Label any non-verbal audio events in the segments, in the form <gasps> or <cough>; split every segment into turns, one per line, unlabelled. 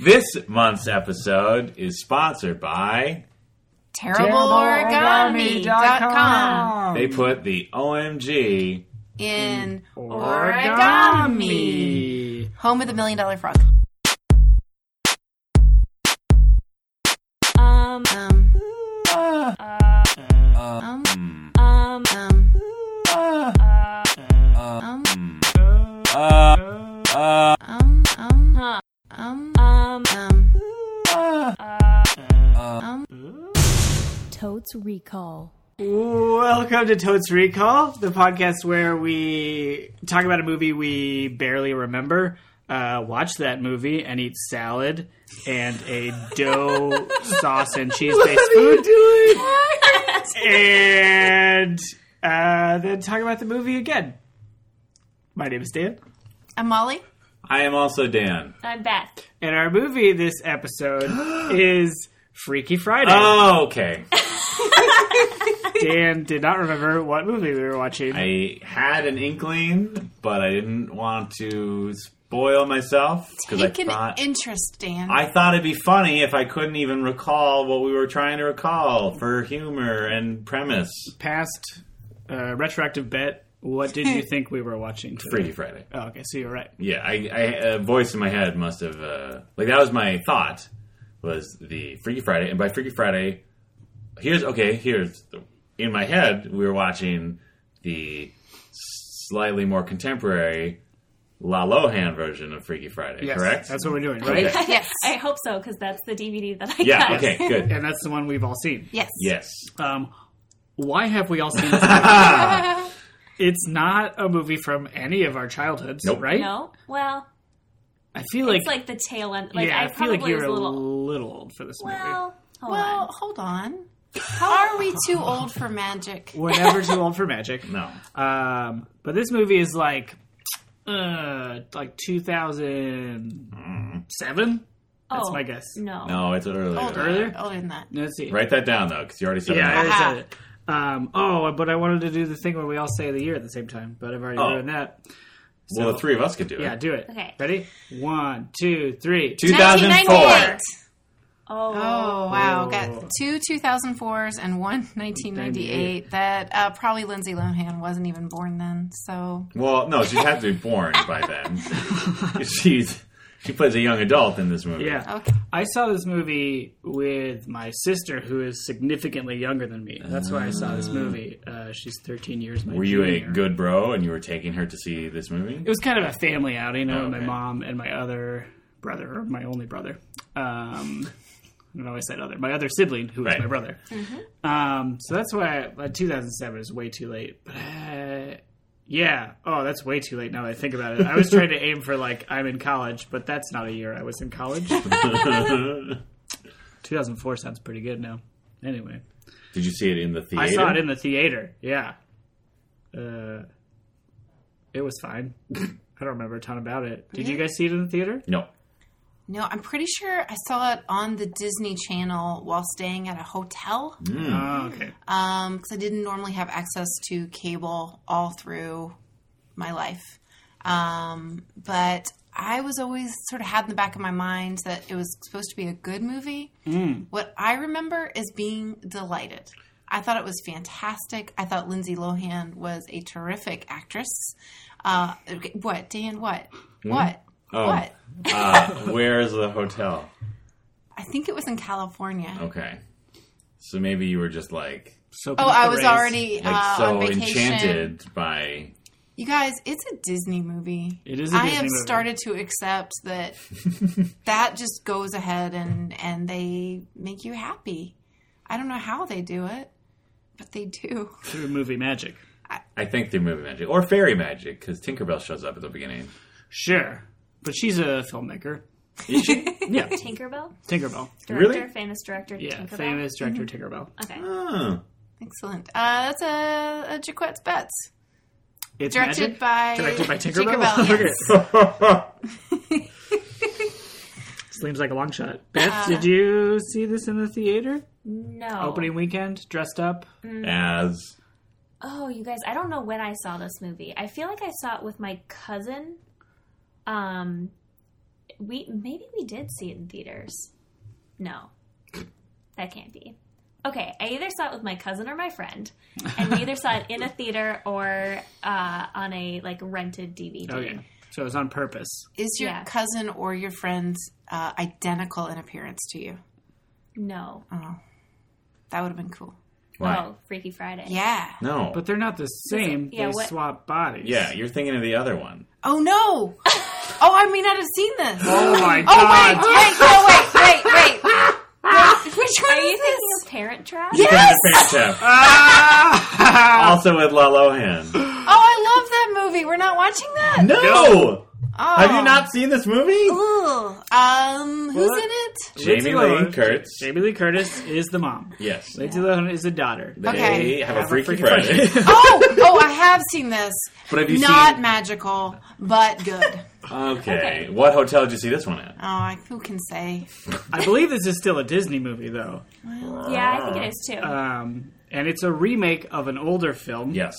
This month's episode is sponsored by.
TerribleOrigami.com
They put the OMG.
in origami. Home of the million dollar frog.
Um,
Um,
Ah,
um,
mm,
um,
um,
ah,
um,
ah, ah,
um, um,
huh,
um,
um,
um,
ah.
um.
Totes Recall.
Welcome to Totes Recall, the podcast where we talk about a movie we barely remember, uh, watch that movie, and eat salad and a dough sauce and cheese based food, and uh, then talk about the movie again. My name is Dan,
I'm Molly.
I am also Dan.
I'm Beth.
and our movie this episode is Freaky Friday.
Oh, okay.
Dan did not remember what movie we were watching.
I had an inkling, but I didn't want to spoil myself because I
Take an
thought
interest, Dan.
I thought it'd be funny if I couldn't even recall what we were trying to recall for humor and premise.
past uh, retroactive bet. What did
<laughs>
you think we were watching? today?
Freaky Friday.
Oh, okay, so you're right.
Yeah, I, I a voice in my head must have uh, like that was my thought was the Freaky Friday, and by Freaky Friday, here's okay. Here's the, in my head we were watching the slightly more contemporary La Lohan version of Freaky Friday.
Yes,
correct?
That's what we're doing, right?
Okay.
yes.
I hope so, because that's the DVD that I got.
yeah.
<laughs>
Okay. Good.
And that's the one we've all seen.
Yes.
Yes.
Um, why have we all seen
<laughs>
this? movie? it's not a movie from any of our childhoods,
Nope.
right?
No? Well,
I feel like,
it's like the tail end. Like,
yeah, I,
I
feel
probably
like you're
was a little.
old for this movie.
Well, hold
Well,
on.
hold on. Are we too old for magic?
We're never too old
<laughs>
for magic.
No.
Um, but this movie is like, uh, like 2007. That's
Oh,
my guess.
No.
No. It's <laughs>
Oh,
earlier.
Older,
Earlier?
Older than that.
Let's see.
Write that down though, because you already said
Yeah, I
that.
already said it. Um, oh, but I wanted to do the thing where we all say the year at the same time, but I've already
Oh.
ruined that.
Well, the three of us could do it.
Yeah, do it.
Okay.
Ready? One, two, three.
2004.
1998.
Oh.
Oh wow! Got two 2004s and one 1998. That uh, probably Lindsay Lohan wasn't even born then. So
Well, no, she'd have to be born by then.
<laughs>
She's she plays a young adult in this movie.
Yeah.
okay,
I saw this movie with my sister, who is significantly younger than me. That's why I saw this movie. Uh, she's 13 years my
Mm. Were you a
junior.
good bro and you were taking her to see this movie?
It was kind of a family outing. I
Oh,
went with
okay.
my mom and my other brother, or my only brother. Um, I don't know why I said other. My other sibling, who was
Right.
my brother. Um, so that's why I, uh, 2007 is way too late. But uh, yeah, oh, that's way too late now that I think about it. I was trying to aim for like I'm in college, but that's not a year I was
<laughs>
in college. 2004 sounds pretty good now. Anyway,
Did you see it in the theater?
I saw it in the theater. Yeah, uh, it was fine. I don't remember a ton about it. Did you guys see it in the theater?
No.
no, I'm pretty sure I saw it on the Disney Channel while staying at a hotel because
Oh, okay.
I didn't normally have access to cable all through my life. Um, but I was always sort of had in the back of my mind that it was supposed to be a good movie. What I remember is being delighted. I thought it was fantastic. I thought Lindsay Lohan was a terrific actress. Uh, okay, what, Dan? What? What?
Oh.
What?
<laughs>
Uh, where's the hotel?
I think it was in California.
Okay. So maybe you were just like
So
Oh, I was already
like
uh,
so
on vacation.
enchanted by
You guys, it's a Disney movie.
It is a
I
Disney
have
movie.
started to accept
<laughs>
that that just goes ahead and and they make you happy. I don't know how they do it, but they do. <laughs>
through movie magic.
I think through movie magic or fairy magic because Tinkerbell shows up at the beginning.
Sure, but she's a filmmaker.
<laughs>
Is she?
Yeah,
Tinkerbell?
Tinkerbell.
Director?
Really?
Famous director
Yeah,
Tinkerbell?
famous director
Mm-hmm.
Tinkerbell.
Okay.
Hmm.
oh.
Excellent. Uh, that's a, a Jaquette's Bets.
It's
Directed
magic?
by
directed by Tinkerbell.
Tinkerbell,
<laughs> Okay.
yes.
Seems like a long shot. Beth,
Uh,
did you see this in the theater
No.
Oh.
opening weekend? Dressed up?
<laughs> As
Oh, you guys, I don't know when I saw this movie. I feel like I saw it with my cousin. Um we maybe we did see it in theaters. No, that can't be. Okay, I either saw it with my cousin or my friend, and we either saw it
<laughs>
in a theater or uh, on a like rented DVD.
Oh,
Okay. So it was on purpose.
Is your
Yeah.
cousin or your friend uh, identical in appearance to you?
No,
That would have been cool.
Why?
oh, Freaky Friday.
Yeah.
No.
But they're not the same.
yeah,
they
what-
swap bodies.
yeah, you're thinking of the other one.
Oh no. oh, I may not have seen this.
Oh my
Oh wait,
god.
wait, no, wait, wait, wait. Wait, Which one
Are
is
you
this?
thinking of Parent Trap?
Yes.
Fantastic.
Ah! <laughs>
also with La Lohan.
Oh, I love that movie. We're not watching that.
No!
Oh.
Have you not seen this movie?
Ooh. Um, who's
What?
in it?
Jamie Lee
Lindsay Lohan-
Kurtz.
Jamie Lee Curtis is the mom.
Yes.
Lindsay Lohan is the daughter.
They
Okay.
have,
Have
a
a
Freaky
Freaky
Friday.
Oh, oh, I have seen this.
But have you
not
seen-
magical, but good.
<laughs> okay.
Okay.
What hotel did you see this one
Oh,
at?
I, who can say?
I believe this is still a Disney movie though,
Yeah, I think it is too.
Uh,
um, and it's a remake of an older film
Yes.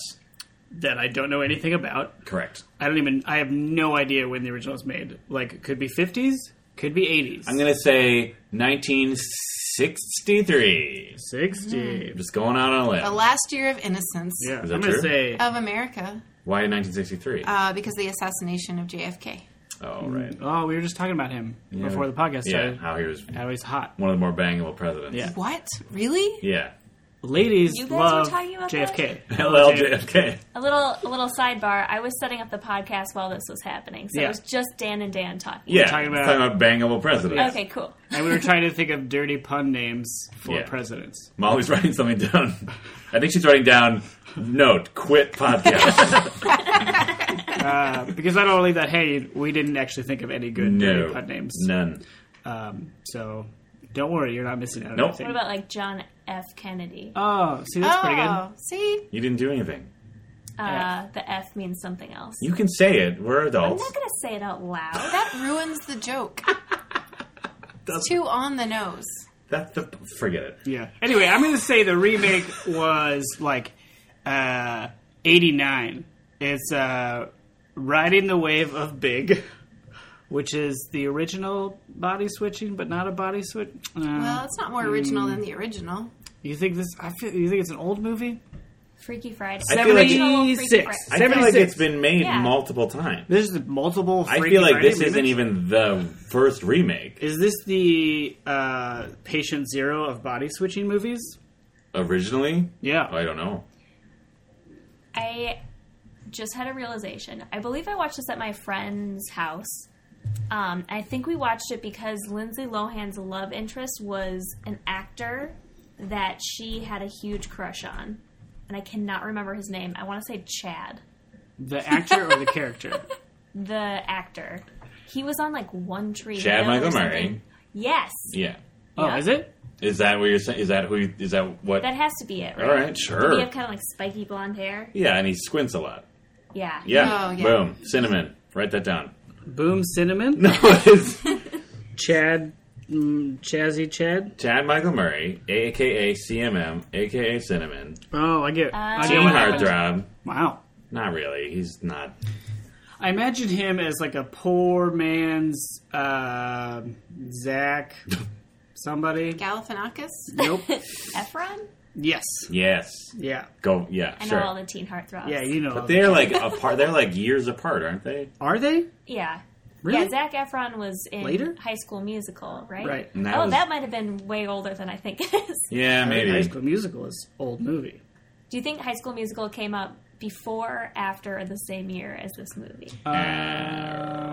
that I don't know anything about.
Correct.
I don't even. I have no idea when the original was made. Like, could be fifties, could be eighties.
I'm going to say 1963.
sixty.
I'm just going out on a limb.
Oh.
The last year of innocence
Yeah, I'm
that
gonna
true?
say.
of America
Why 1963?
uh, because of the assassination of JFK.
oh, right.
oh, we were just talking about him before the podcast
Yeah,
started.
how he was
How he's hot.
one of the more bangable presidents.
Yeah.
What? Really?
<laughs> Yeah.
Ladies
You guys were
love
talking
<laughs>
about
JFK.
Hello, JFK.
A little, a little sidebar. I was setting up the podcast while this was happening, so
Yeah.
it was just Dan and Dan talking.
Yeah.
talking about-
bangable presidents.
Okay, cool.
and we were trying to think of dirty pun names for
Yeah.
presidents.
Molly's <laughs> writing something down. I think she's writing down, note,
<laughs>
quit podcast.
Uh, because I don't want to leave that hanging. We didn't actually think of any good
no.
dirty pun names.
None.
Um, so don't worry, you're not missing out. on
Nope.
anything.
What about like John F. Kennedy?
Oh, see, that's pretty good.
oh, see?
You didn't do anything.
Uh, the F means something else.
You can say it. We're
I'm
adults.
not gonna say it out loud.
<gasps>
That ruins the joke. it's too on the nose.
That's the, forget it.
Yeah. Anyway, I'm going to say the remake was like uh, 89. It's uh, Riding the Wave of Big, which is the original body switching, but not a body switch. Uh,
Well, it's not more original than the original.
you think this? I feel. You think it's an old movie?
Freaky Friday.
I feel like-
Seventy-six.
I feel like
76.
it's been made
Yeah.
multiple times.
This is multiple.
I
Freaky
feel like
Friday
this isn't
remakes?
even the first remake.
Is this the uh, patient zero of body switching movies?
Originally,
Yeah.
I don't know.
I just had a realization. I believe I watched this at my friend's house. Um, I think we watched it because Lindsay Lohan's love interest was an actor that she had a huge crush on, and I cannot remember his name. I want to say Chad,
The actor or <laughs> the character?
the actor. He was on like One Tree
Chad
Hill or
Michael
something.
Murray.
Yes,
Yeah.
Oh,
Yeah.
is it?
Is that what you're saying? Is that who? You, is that what?
that has to be it,
All
right?
right,
He
sure.
had kind of like spiky blonde hair.
Yeah, and he squints a lot.
Yeah.
Yeah.
Oh, yeah.
Boom. Cinnamon. Write that down. <laughs>
Boom Cinnamon?
No, it's
Chad, mm, Chazzy Chad.
Chad Michael Murray, aka CMM, aka Cinnamon,
Oh, I get. I get
teen
what
Ah.
happened.
heartthrob.
Wow.
Not really. He's not.
I imagine him as like a poor man's uh, Zach,
<laughs>
somebody.
Galifianakis?
Nope.
Efron?
yes.
Yes.
Yeah.
Go. Yeah.
I know
sure.
all the teen heartthrobs.
Yeah. You know.
but they're like apart. They're like years apart, aren't they?
Are they
Yeah.
really?
Yeah, Zach Efron was in
Later?
High School Musical, right?
Right.
And that
oh,
was-
that might have been way older than I think it is.
Yeah,
I think High
maybe.
School Musical is old movie.
Do you think High School Musical came out before or after or the same year as this movie?
Uh,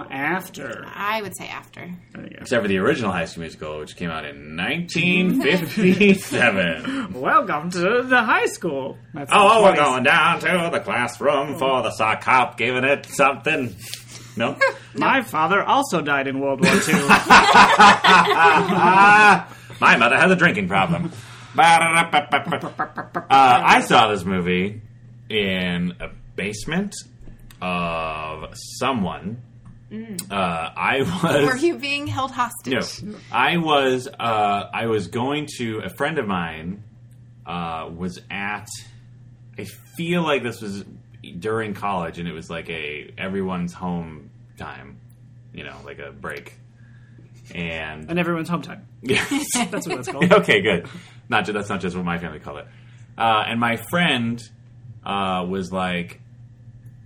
after.
I would say after.
There you
Except for the original High School Musical, which came out
<laughs>
in 1957.
go. Welcome to the high school. That's
oh,
the
we're
20s.
going down to the classroom for the sock hop, giving it something. No.
My father also died in World War
<laughs>
II.
My mother has a drinking
<laughs>
problem. Uh, I saw this movie in a basement of someone.
Mm.
Uh, I was.
Were you being held hostage?
No, I was. Uh, I was going to a friend of mine. Uh, was at. I feel like this was during college, and it was like a everyone's home time. You know, like a break. and
and everyone's home time.
<laughs> yeah.
That's what that's called.
okay, good. Not ju- that's not just what my family called it. Uh, and my friend uh, was like,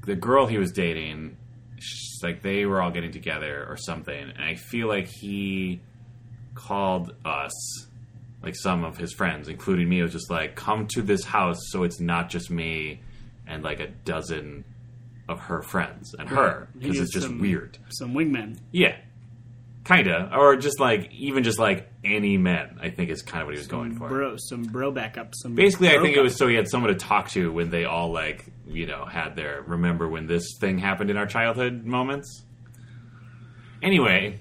the girl he was dating, she's like they were all getting together or something, and I feel like he called us, like some of his friends, including me, was just like, come to this house so it's not just me and like a dozen of her friends and her
He
because
did
it's just
some-
weird.
Some wingmen.
Yeah. Kinda. Or just like, even just like any men, I think is kind of what he was going for.
Bro, some bro backup. Some
Basically, I
bro
think it
cup.
was so he had someone to talk to when they all, like, you know, had their remember when this thing happened in our childhood moments. Anyway,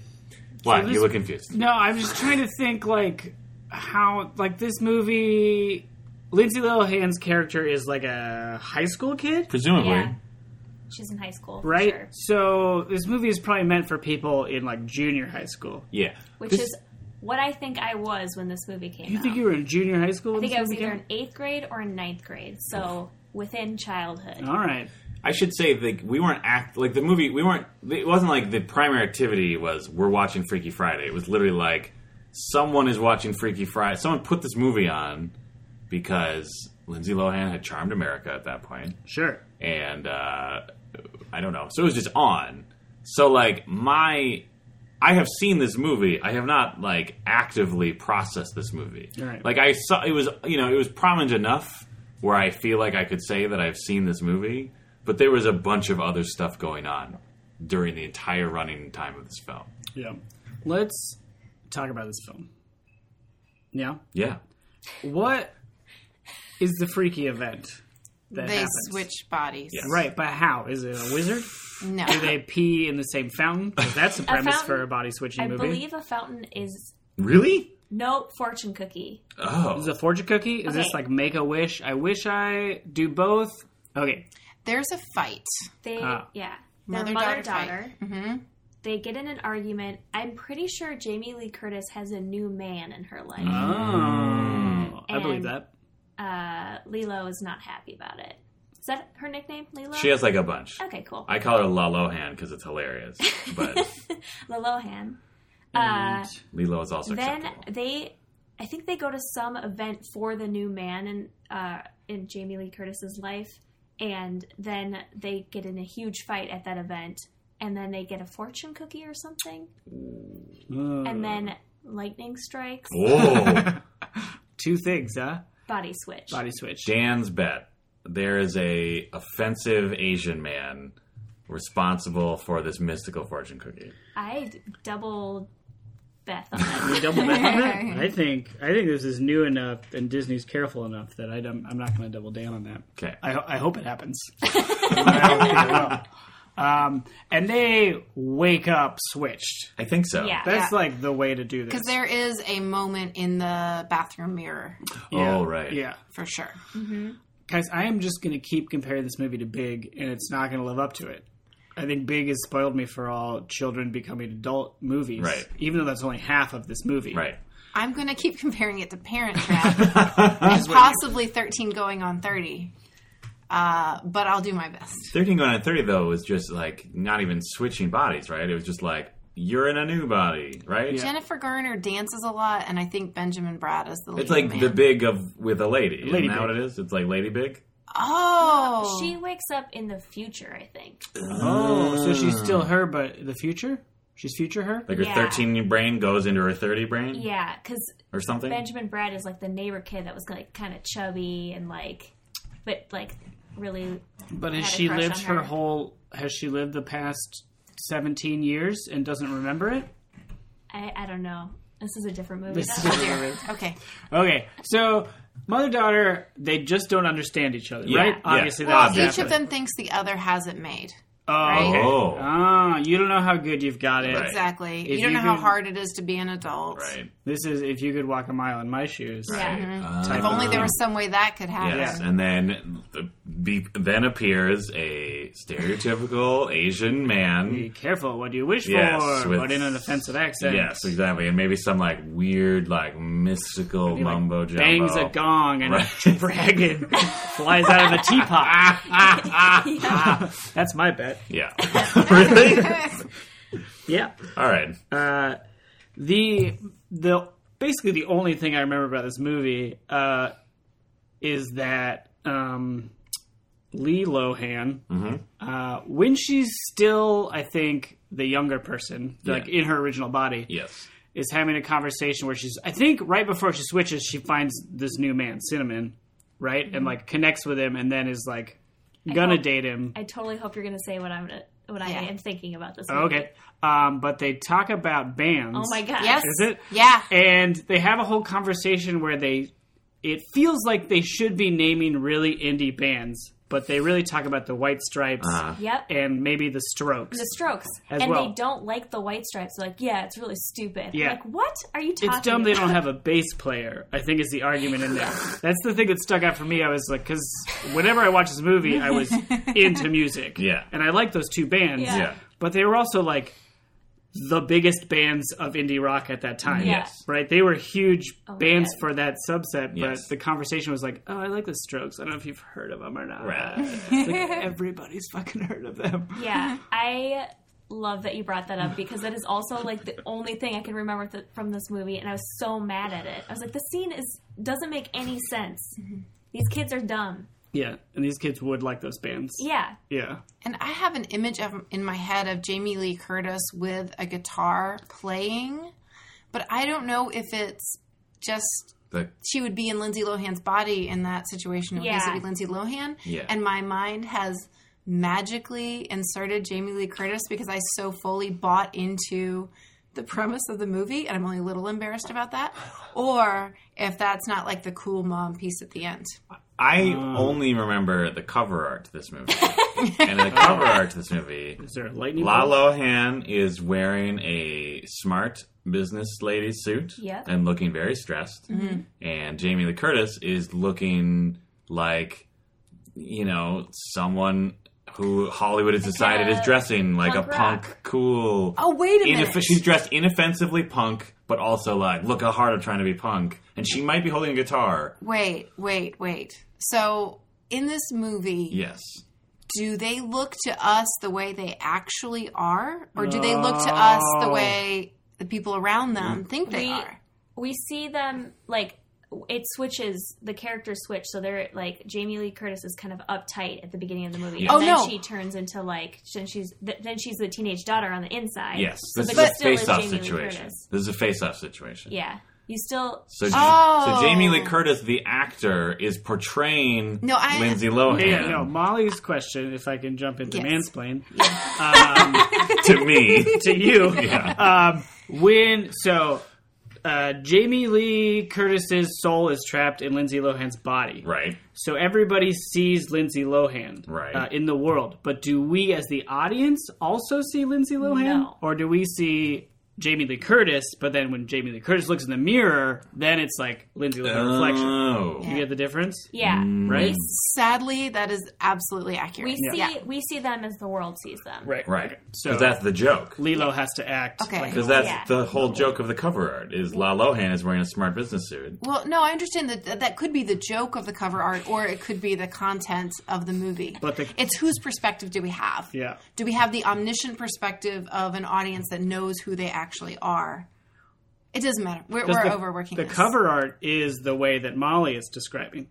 what?
this-
you look confused.
No, I'm just trying to think like how like this movie. Lindsay Lohan's character is like a high school kid,
Presumably.
Yeah. She's in high school, for
right?
Sure.
So this movie is probably meant for people in like junior high school.
Yeah.
Which
This-
is what I think I was when this movie came
You
out.
think you were in junior high school?
I think I was either in eighth grade or in ninth grade, so within childhood.
All right.
I should say that we weren't act like the movie. We weren't. It wasn't like the primary activity was we're watching Freaky Friday. It was literally like someone is watching Freaky Friday. Someone put this movie on because Lindsay Lohan had charmed America at that point,
Sure.
and uh, I don't know. So it was just on. So like my, I have seen this movie. I have not like actively processed this movie.
Right.
Like I saw it was you know it was prominent enough where I feel like I could say that I've seen this movie, but there was a bunch of other stuff going on during the entire running time of this film.
Yeah. Let's talk about this film. Yeah.
Yeah.
What is the freaky event that
they
happens?
switch bodies.
Yeah.
Right, but how is it a wizard?
No.
Do they pee in the same
<laughs>
fountain? 'Cause That's the premise
fountain-
for a body switching
I
movie.
believe a fountain is
Really?
no fortune cookie.
Oh.
Is it a fortune cookie? Is this
Okay.
like make a wish? I wish I do both. Okay,
There's a fight.
They
Ah.
yeah, they're
Mother
mother,
daughter.
daughter.
hmm
They get in an argument. I'm pretty sure Jamie Lee Curtis has a new man in her life.
Uh-huh.
oh, I
And-
Oh, believe that.
Uh, Lilo is not happy about it. Is that her nickname, Lilo?
She has like a bunch.
Okay, cool.
I call her La Lohan because it's hilarious, <laughs> but
Lilohan. Uh,
And-
Lilo is also
then
acceptable.
they, I think they go to some event for the new man in uh, in Jamie Lee Curtis's life, and then they get in a huge fight at that event, and then they get a fortune cookie or something, and then lightning strikes,
Whoa.
two things, huh?
body switch.
Body switch.
Dan's bet. There is a offensive Asian man responsible for this mystical fortune cookie.
I d- double Beth on
<laughs>
that.
We double down on that? I think I think this is new enough, and Disney's careful enough that I don't, I'm not going to double down on that.
Okay.
I, ho- I hope it happens. I hope it will. um, and they wake up switched.
I think so.
Yeah.
That's like the way to do this.
Because there is a moment in the bathroom mirror
Oh, right.
Yeah.
for sure.
Guys, I am just going to keep comparing this movie to Big, and it's not going to live up to it. I think Big has spoiled me for all children becoming adult movies.
Right.
Even though that's only half of this movie.
Right.
I'm going to keep <laughs> comparing it to
<laughs>
Parent Trap, and possibly 13 going on 30. Uh, but I'll do my best.
13 going on 30, though, was just like not even switching bodies, right? It was just like, you're in a new body, right?
Jennifer Garner dances a lot, and I think Benjamin Brad is the lead
It's like
man.
the big of with a lady.
Lady
Isn't that
big.
what it is? It's like Lady Big?
oh,
She wakes up in the future, I think.
Oh, so
Ah.
she's still her, but the future? She's future her?
Like her
Yeah.
13 brain goes into her 30 brain
Yeah, because
or something?
Benjamin Brad is like the neighbor kid that was like kind of chubby and like, but like really.
But has
had a
she
crush
lived
on
her.
her.
whole? Has she lived the past seventeen years and doesn't remember it?
I, I don't know. This is a different movie.
This
though.
is-
okay.
okay, so mother daughter, they just don't understand each other,
Yeah,
right?
yeah.
Obviously,
Well,
that's
Each of them thinks the other has it made.
Oh,
Right.
Oh.
oh, you don't know how good you've got it.
Right.
Exactly. you
If
don't
you
know how
could-
hard it is to be an adult.
Right.
This is if you could walk a mile in my shoes.
Yeah. Mm-hmm.
Uh,
If only there was some way that could happen.
Yes, and then the, be, then appears a stereotypical Asian
Be
man.
careful what you wish
Yes,
for,
with-
but in an offensive accent.
Yes, exactly, and maybe some like weird, like mystical
He, like,
mumbo jumbo.
Bangs a
<laughs>
gong and a
Right. <laughs>
dragon flies out of a teapot. Ah, ah, ah, ah. That's <laughs> my bet.
Yeah, really.
Yeah.
All right.
Uh, the the basically the only thing I remember about this movie uh, is that um, Lee Lohan, uh, when she's still, I think, the younger person, like in her original body,
Yes.
is having a conversation where she's I think right before she switches, she finds this new man, Cinnamon, right?
Mm-hmm.
And like connects with him and then is like gonna
hope-
date him.
I totally hope you're going to say what I'm gonna, what I
Yeah.
am thinking about this. movie.
Oh, okay. Um, but they talk about bands.
Oh my god.
Yes.
Is it?
Yeah.
And they have a whole conversation where they it feels like they should be naming really indie bands, but they really talk about the White Stripes
Uh-huh.
Yep.
and maybe the Strokes.
The Strokes,
As
and
well.
they don't like the White Stripes. They're like, yeah, it's really stupid.
Yeah.
Like, what are you talking?
It's dumb they
about?
don't have a bass player. I think is the argument in
<laughs>
there. That's the thing that stuck out for me. I was like, because whenever I watched this movie, I
<laughs>
was into music.
Yeah.
and I liked those two bands.
Yeah.
Yeah.
but they were also like the biggest bands of indie rock at that time.
Yeah.
Yes.
right. They were huge
Oh, my
bands
God.
for that subset.
Yes.
But the conversation was like, oh, I like the Strokes. I don't know if you've heard of them or not.
Right.
It's like,
<laughs>
everybody's fucking heard of them.
Mm-hmm.
Yeah, I love that you brought that up because that is also like the only thing I can remember th- from this movie, and I was so mad at it. I was like, the scene is doesn't make any sense.
Mm-hmm.
These kids are dumb.
Yeah, and these kids would like those bands.
Yeah,
yeah.
And I have an image of in my head of Jamie Lee Curtis with a guitar playing, but I don't know if it's just
The,
she would be in Lindsay Lohan's body in that situation. It would
Yeah.
basically be Lindsay Lohan.
Yeah.
And my mind has magically inserted Jamie Lee Curtis because I so fully bought into the premise of the movie, and I'm only a little embarrassed about that. Or if that's not like the cool mom piece at the end.
I
Oh.
only remember the cover art to this movie. and the
<laughs>
cover art to this movie,
Is there a lightning?
La
bolt?
Lohan is wearing a smart business lady suit
Yep. Mm-hmm.
and looking very stressed. And Jamie Lee Curtis is looking like, you know, someone who Hollywood has decided is
a
dressing like
punk
a punk,
rock.
cool.
Oh, wait a minute.
Ineff- she's dressed inoffensively punk, but also like, look how hard I'm trying to be punk. And she might be holding a guitar.
Wait, wait, wait. So in this movie,
Yes.
do they look to us the way they actually are? Or do they look to us the
No.
way the people around them think they
We-
are?
we see them like it switches the characters switch so they're like jamie lee curtis is kind of uptight at the beginning of the movie
Yeah.
and
Oh,
then
no.
she turns into like then she's th- then she's the teenage daughter on the inside
Yes.
So-
This
but
is a
still
face off
Jamie Lee
situation.
Curtis.
This is a face off situation.
yeah you still
So,
Oh.
so Jamie Lee Curtis, the actor, is portraying
No, I-
Lindsay Lohan
Yeah, no. Molly's question, if I can jump into
Yes.
<laughs>
mansplain
to me.
<laughs> to you,
<laughs>
Um,
Yeah.
when so uh, Jamie Lee Curtis's soul is trapped in Lindsay Lohan's body,
Right.
so everybody sees Lindsay Lohan
Right.
uh, in the world. But do we, as the audience, also see Lindsay Lohan,
No.
or do we see? Jamie Lee Curtis, but then when Jamie Lee Curtis looks in the mirror, then it's like Lindsay Lohan reflection.
Oh.
You get the difference,
yeah
Mm.
right?
Sadly, that is absolutely accurate.
we see
Yeah.
we see them as the world sees them
Right,
Right.
Okay.
So
So
that's the joke.
Lilo has to act.
Okay.
like a
Because that's
Yeah.
the whole joke of the cover art is La Lohan is wearing a smart business suit.
Well, no, I understand that that- that could be the joke of the cover art, or it could be the content of the movie.
But the-
it's whose perspective do we have?
Yeah.
Do we have the omniscient perspective of an audience that knows who they actually are? It doesn't matter. We're, we're
Because the-
overworking
The
this.
cover art is the way that Molly is describing,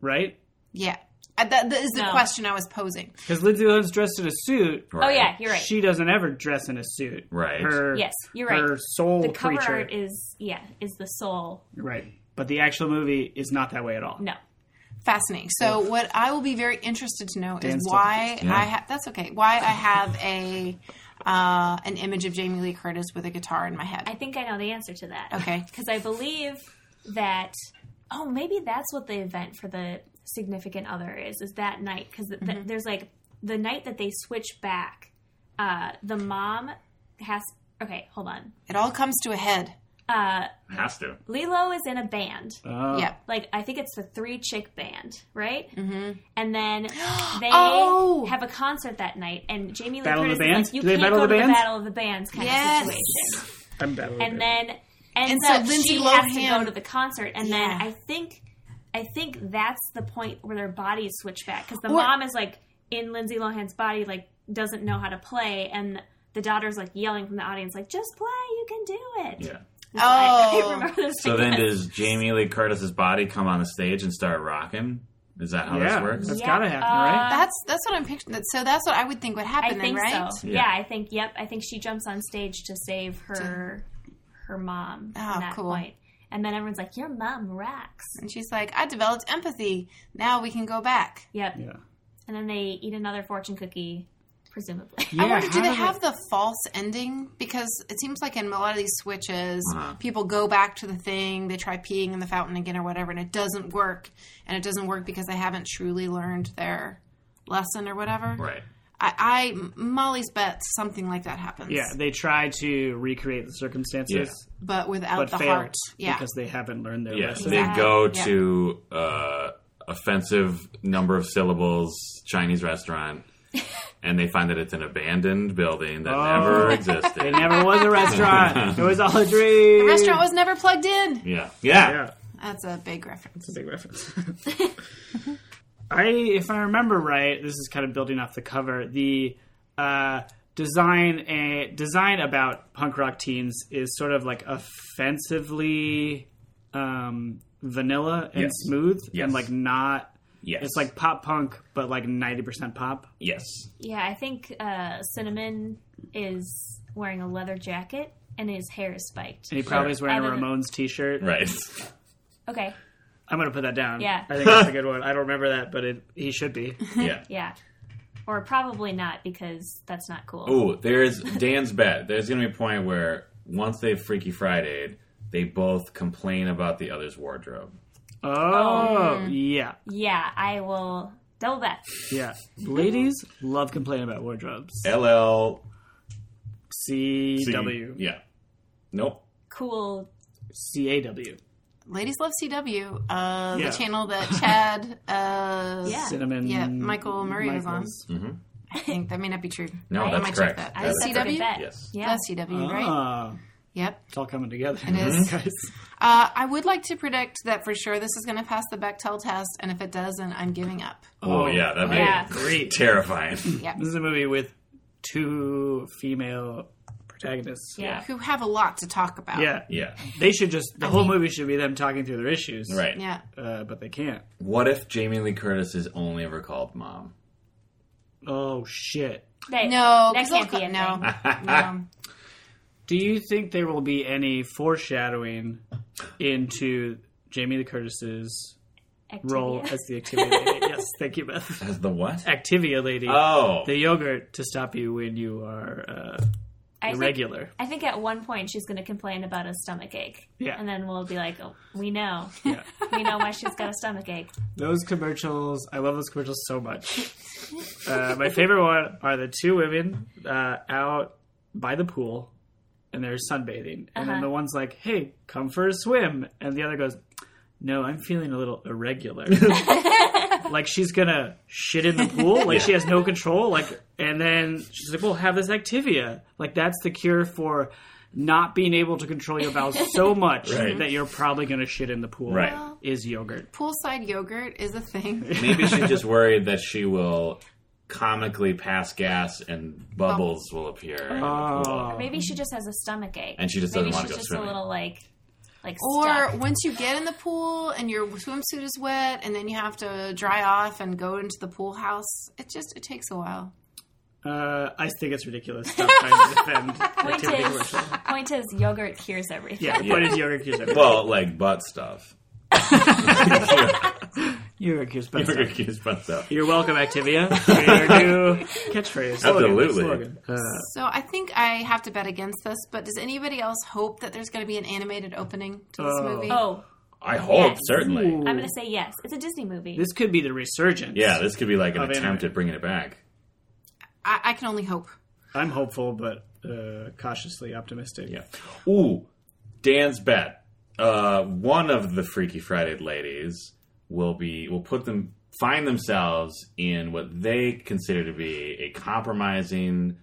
right?
Yeah, Uh, that, that is the
No.
question I was posing.
Because Lindsay Lohan's dressed in a suit.
oh
Right.
yeah you're right
She doesn't ever dress in a suit.
Right.
Her,
Yes, you're right.
Her soul
the cover
creature.
art is yeah is the soul
right. But the actual movie is not that way at all.
no
Fascinating. So, what I will be very interested to know
Dan's
is
still
why
Yeah.
I have that's okay. Why I have a uh, an image of Jamie Lee Curtis with a guitar in my head.
I think I know the answer to that.
Okay.
Because I believe that, oh, maybe that's what the event for the significant other is, is that night. Because th-
Mm-hmm.
th- there's like the night that they switch back, uh, the mom has, okay, hold on.
it all comes to a head.
Uh,
Has to.
Lilo is in a band.
Oh.
yeah.
Like, I think it's the three chick band, right? Mm-hmm.
<gasps>
And then they
Oh!
have a concert that night, and Jamie Lee
Battle of
Curtis
the
is
Bands?
like, you
Do they
can't
battle
go
the
to the
bands?
Battle of the Bands kind
Yes.
of situation
I'm bad.
and then ends
And so
up
Lindsay
she has to
Lohan-
go to the concert, and then
Yeah.
I think I think that's the point where their bodies switch back because the
Or-
mom is like in Lindsay Lohan's body, like doesn't know how to play, and the daughter's like yelling from the audience, like, "Just play, you can do it."
Yeah.
So <laughs> I- I
Oh.
remember this
So then,
because-
does Jamie Lee Curtis's body come on the stage and start rocking? Is that how
Yeah.
this works?
That's
Yeah,
gotta happen,
uh,
right?
That's that's what I'm picturing. That- So that's what I would think would
I
happen
think
then, right?
so.
Yeah.
Yeah. I think. Yep, I think she jumps on stage to save her her mom.
Oh,
at that
cool.
point. And then everyone's like, "Your mom rocks."
And she's like, I developed empathy. Now we can go back.
Yep.
Yeah.
And then they eat another fortune cookie, presumably.
Yeah,
I wonder,
how
do they
does it-
have the false ending? Because it seems like in a lot of these switches,
Uh-huh.
people go back to the thing, they try peeing in the fountain again or whatever, and it doesn't work. And it doesn't work because they haven't truly learned their lesson or whatever.
Right.
I, I M- Molly's bet something like that happens.
Yeah, they try to recreate the circumstances,
But without
but
the
fail
heart. Yeah.
because they haven't learned their
Yes,
lesson.
they
Exactly.
go
Yeah.
to uh, offensive number of syllables Chinese restaurant, and they find that it's an abandoned building that
Oh.
never existed.
<laughs> It never was a restaurant. it was all a dream.
the restaurant was never plugged in.
yeah. yeah,
Yeah,
That's a big reference.
it's a big reference. <laughs> I, if I remember right, this is kind of building off the cover. The uh, design a design about punk rock teens is sort of like offensively um, vanilla and
Yes.
smooth,
Yes.
and like not.
Yes,
It's like pop punk, but like ninety percent pop.
yes,
yeah, I think uh, Cinnamon is wearing a leather jacket and his hair is spiked.
And he probably is wearing a
Other than-
Ramones T-shirt.
right.
Okay.
I'm gonna put that down.
Yeah.
I think
<laughs>
that's a good one. I don't remember that, but it, he should be.
yeah.
Yeah. Or probably not because that's not cool.
Oh, there's Dan's bet. There's gonna be a point where once they've Freaky Friday, they both complain about the other's wardrobe.
Oh, yeah,
Yeah, I will double that.
yeah. Ladies love complaining about wardrobes.
LL
E CW,
Yeah. Nope.
Cool.
CAW,
Ladies Love CW, uh,
Yeah.
the channel that
<laughs>
Chad, uh,
Yeah.
cinnamon.
Yeah, Michael Murray was on.
Michael's.
I think that may not be true.
No,
I
that's
might
correct.
check that.
That
Is
is
That's a good
CW?
bet.
Yes.
Yeah.
That's CW, right?
Ah,
Yep.
it's all coming together.
It is.
<laughs> guys.
Uh, I would like to predict that for sure this is going to pass the Bechtel test, and if it doesn't, I'm giving up.
Oh, yeah, that'd be
Yeah.
great. <laughs> terrifying.
Yep.
<laughs> This is a movie with two female protagonists.
yeah.
Who have a lot to talk about.
yeah.
Yeah.
They should just the whole movie should be them talking through their issues.
Right.
Yeah.
Uh, but they can't.
What if Jamie Lee Curtis is only ever called <laughs> mom?
Oh shit.
That-
No,
that
'cause they'll
can't be
co-
a
no.
<laughs>
thing.
No.
Do you think there will be any foreshadowing into Jamie Lee Curtis's role
Activia.
as the Activia
<laughs>
Lady? yes, thank you, Beth.
As the what?
Activia Lady,
Oh.
the yogurt to stop you when you are uh,
I think-
irregular.
I think at one point she's going to complain about a stomach ache.
Yeah.
And then we'll be like, oh, we know.
Yeah.
<laughs> we know why she's got a stomach ache.
Those commercials, I love those commercials so much. uh, my favorite one are the two women uh, out by the pool and they're sunbathing. And then
Uh-huh.
the one's like, hey, come for a swim. And the other goes, no, I'm feeling a little irregular. like she's gonna shit in the pool. Like she has no control. Like, and then she's like, well, have this Activia. Like that's the cure for. Not being able to control your bowels so much
Right.
that you're probably going to shit in the pool
Right.
is yogurt.
Poolside yogurt is a thing.
Maybe she's <laughs> just worried that she will comically pass gas and bubbles will appear. in the pool.
Maybe she just has a stomach ache.
And she just
Maybe
doesn't wanna
she's
go
just
swimming.
a little like, like
Or
stuck.
once you get in the pool and your swimsuit is wet, and then you have to dry off and go into the pool house, it just it takes a while.
Uh, I think it's ridiculous. Stop trying to
<laughs>
defend
Point
activity
is,
commercial.
point is, yogurt cures everything.
Yeah, the point is yogurt cures everything.
Well, like butt <laughs> stuff.
Yogurt cures best.
Burger King's butt stuff.
You're
<laughs>
welcome, Activia. for Your new catchphrase. Slogan,
Absolutely.
slogan. Uh,
So I think I have to bet against this, but does anybody else hope that there's going to be an animated opening to this
Oh.
movie?
<laughs> Oh,
I hope,
Yes.
certainly.
Ooh.
I'm going to say yes. It's a Disney movie.
this could be the resurgence.
Yeah, this could be like an
Of anime.
attempt at bringing it back.
I, I can only hope.
I'm hopeful, but uh, cautiously optimistic.
Yeah. Ooh, Dan's bet. Uh, one of the Freaky Friday ladies will be will put them find themselves in what they consider to be a compromising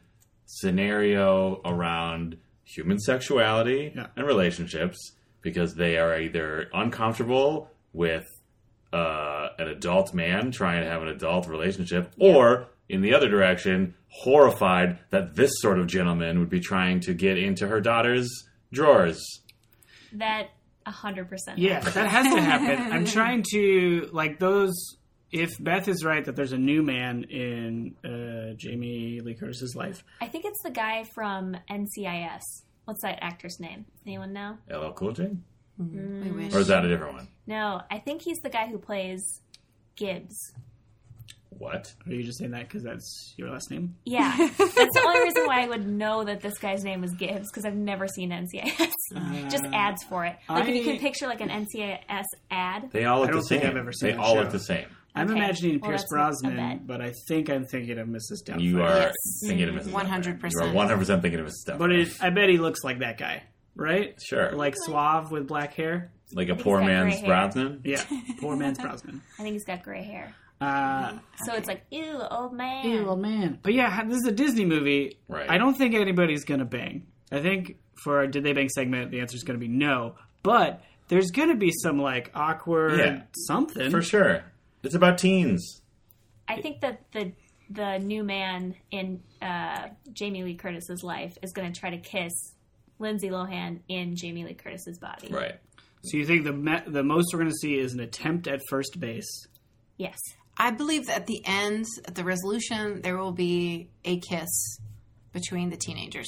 scenario around human sexuality
Yeah.
and relationships because they are either uncomfortable with uh, an adult man trying to have an adult relationship or in the other direction, horrified that this sort of gentleman would be trying to get into her daughter's drawers.
That hundred percent.
Yeah, that has to happen. <laughs> I'm trying to like those. If Beth is right that there's a new man in uh, Jamie Lee Curtis's life,
I think it's the guy from NCIS. What's that actor's name? Anyone know?
LL Cool J?
We
Mm.
wish.
Or is that a different one?
No, I think he's the guy who plays Gibbs.
What?
are you just saying that because that's your last name? <laughs>
Yeah, that's the only reason why I would know that this guy's name is Gibbs because I've never
<laughs>
seen NCIS. Just ads for it. Like if you
I-
can picture like an NCIS ad.
They all look
I
the
don't
same.
think I've ever seen
they
that
all look
show.
the same.
I'm
Okay.
imagining
Well,
Pierce
that's not a
Brosnan,
bet.
but I think I'm thinking of Mrs. Doubtfire.
You are
Yes.
thinking of Mrs.
100%.
You are 100% thinking of Mrs. Doubtfire.
but it, I bet he looks like that guy, right?
Sure.
like suave with black hair.
like a
he's
poor
got gray
man's
hair.
Brosnan?
<laughs>
Yeah, poor man's Brosnan.
I think he's got gray hair.
Uh,
So it's like ew, old man.
Ew, old man. But yeah, this is a Disney movie.
Right.
I don't think anybody's gonna bang. I think for our Did They Bang segment, the answer is gonna be no. But there's gonna be some like awkward
Yeah.
something.
For sure. It's about teens.
I think that the the new man in uh, Jamie Lee Curtis's life is going to try to kiss Lindsay Lohan in Jamie Lee Curtis's body.
Right.
So you think the me- the most we're gonna see is an attempt at first base?
Yes.
I believe that at the end, at the resolution, there will be a kiss between the teenagers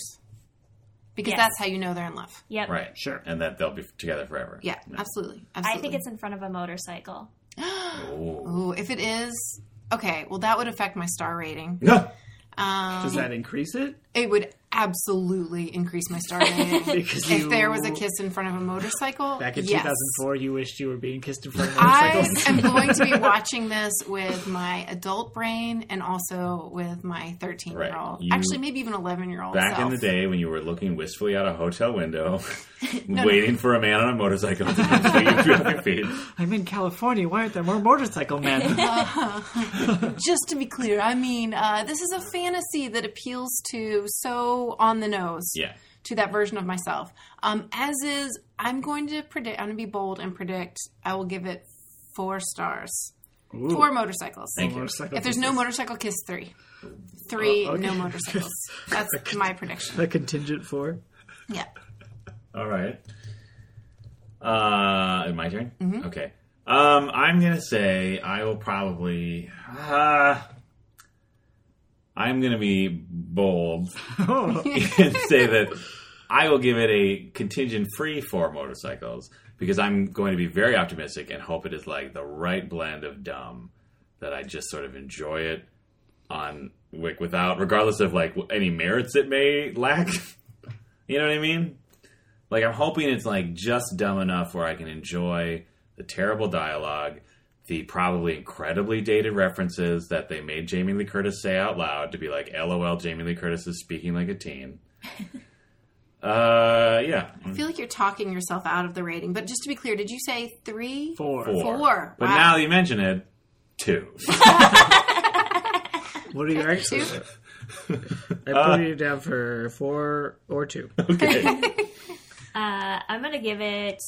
because
Yes.
that's how you know they're in love.
Yep.
Right.
Sure.
And that they'll be together forever.
Yeah, absolutely,
I
absolutely.
think it's in front of a motorcycle.
Ooh.
<gasps> Ooh, if it is okay, well, that would affect my star rating.
No.
Um,
Does that increase it?
it would absolutely increase my
<laughs>
star rating
Because
if
you-
there was a kiss in front of a motorcycle.
back in
yes.
2004, you wished you were being kissed in front of
I
motorcycles.
am going
<laughs>
to be watching this with my adult brain and also with my 13 year
Right.
old.
You-
Actually, maybe even 11 year old.
Back in the day when you were looking wistfully out a hotel window, <laughs> waiting for a man on a motorcycle to come pick you up your feet.
<laughs> I'm in California. Why aren't there more motorcycle
<laughs>
men?
Just to be clear, I mean, uh, this is a fantasy that appeals to so on the nose
Yeah.
to that version of myself. Um, as is, I'm going to predict, I'm going to be bold and predict I will give it four stars. Four motorcycles.
Thank you.
Motorcycle
If there's no
kisses.
motorcycle kiss, three. Three,
Oh, okay.
no motorcycles.
<laughs>
That's my prediction.
a contingent four.
Yeah.
All right. Uh, my turn. Okay. Um, I'm gonna say I will probably. Uh, I'm gonna be bold
<laughs>
<laughs>
Oh.
and say that I will give it a contingent-free four motorcycles because I'm going to be very optimistic and hope it is like the right blend of dumb that I just sort of enjoy it on like without regardless of like any merits it may lack. <laughs> you know what I mean? Like I'm hoping it's like just dumb enough where I can enjoy the terrible dialogue, the probably incredibly dated references that they made Jamie Lee Curtis say out loud to be like, "LOL, Jamie Lee Curtis is speaking like a
<laughs>
teen." uh, yeah,
I feel like you're talking yourself out of the rating. But just to be clear, did you say three?
Four.
four.
Four.
But
Wow.
now that you mention it, two. <laughs>
What are your
Two?
<laughs> exes? I put you down for four or two.
<laughs>
okay.
Uh, I'm going to give it.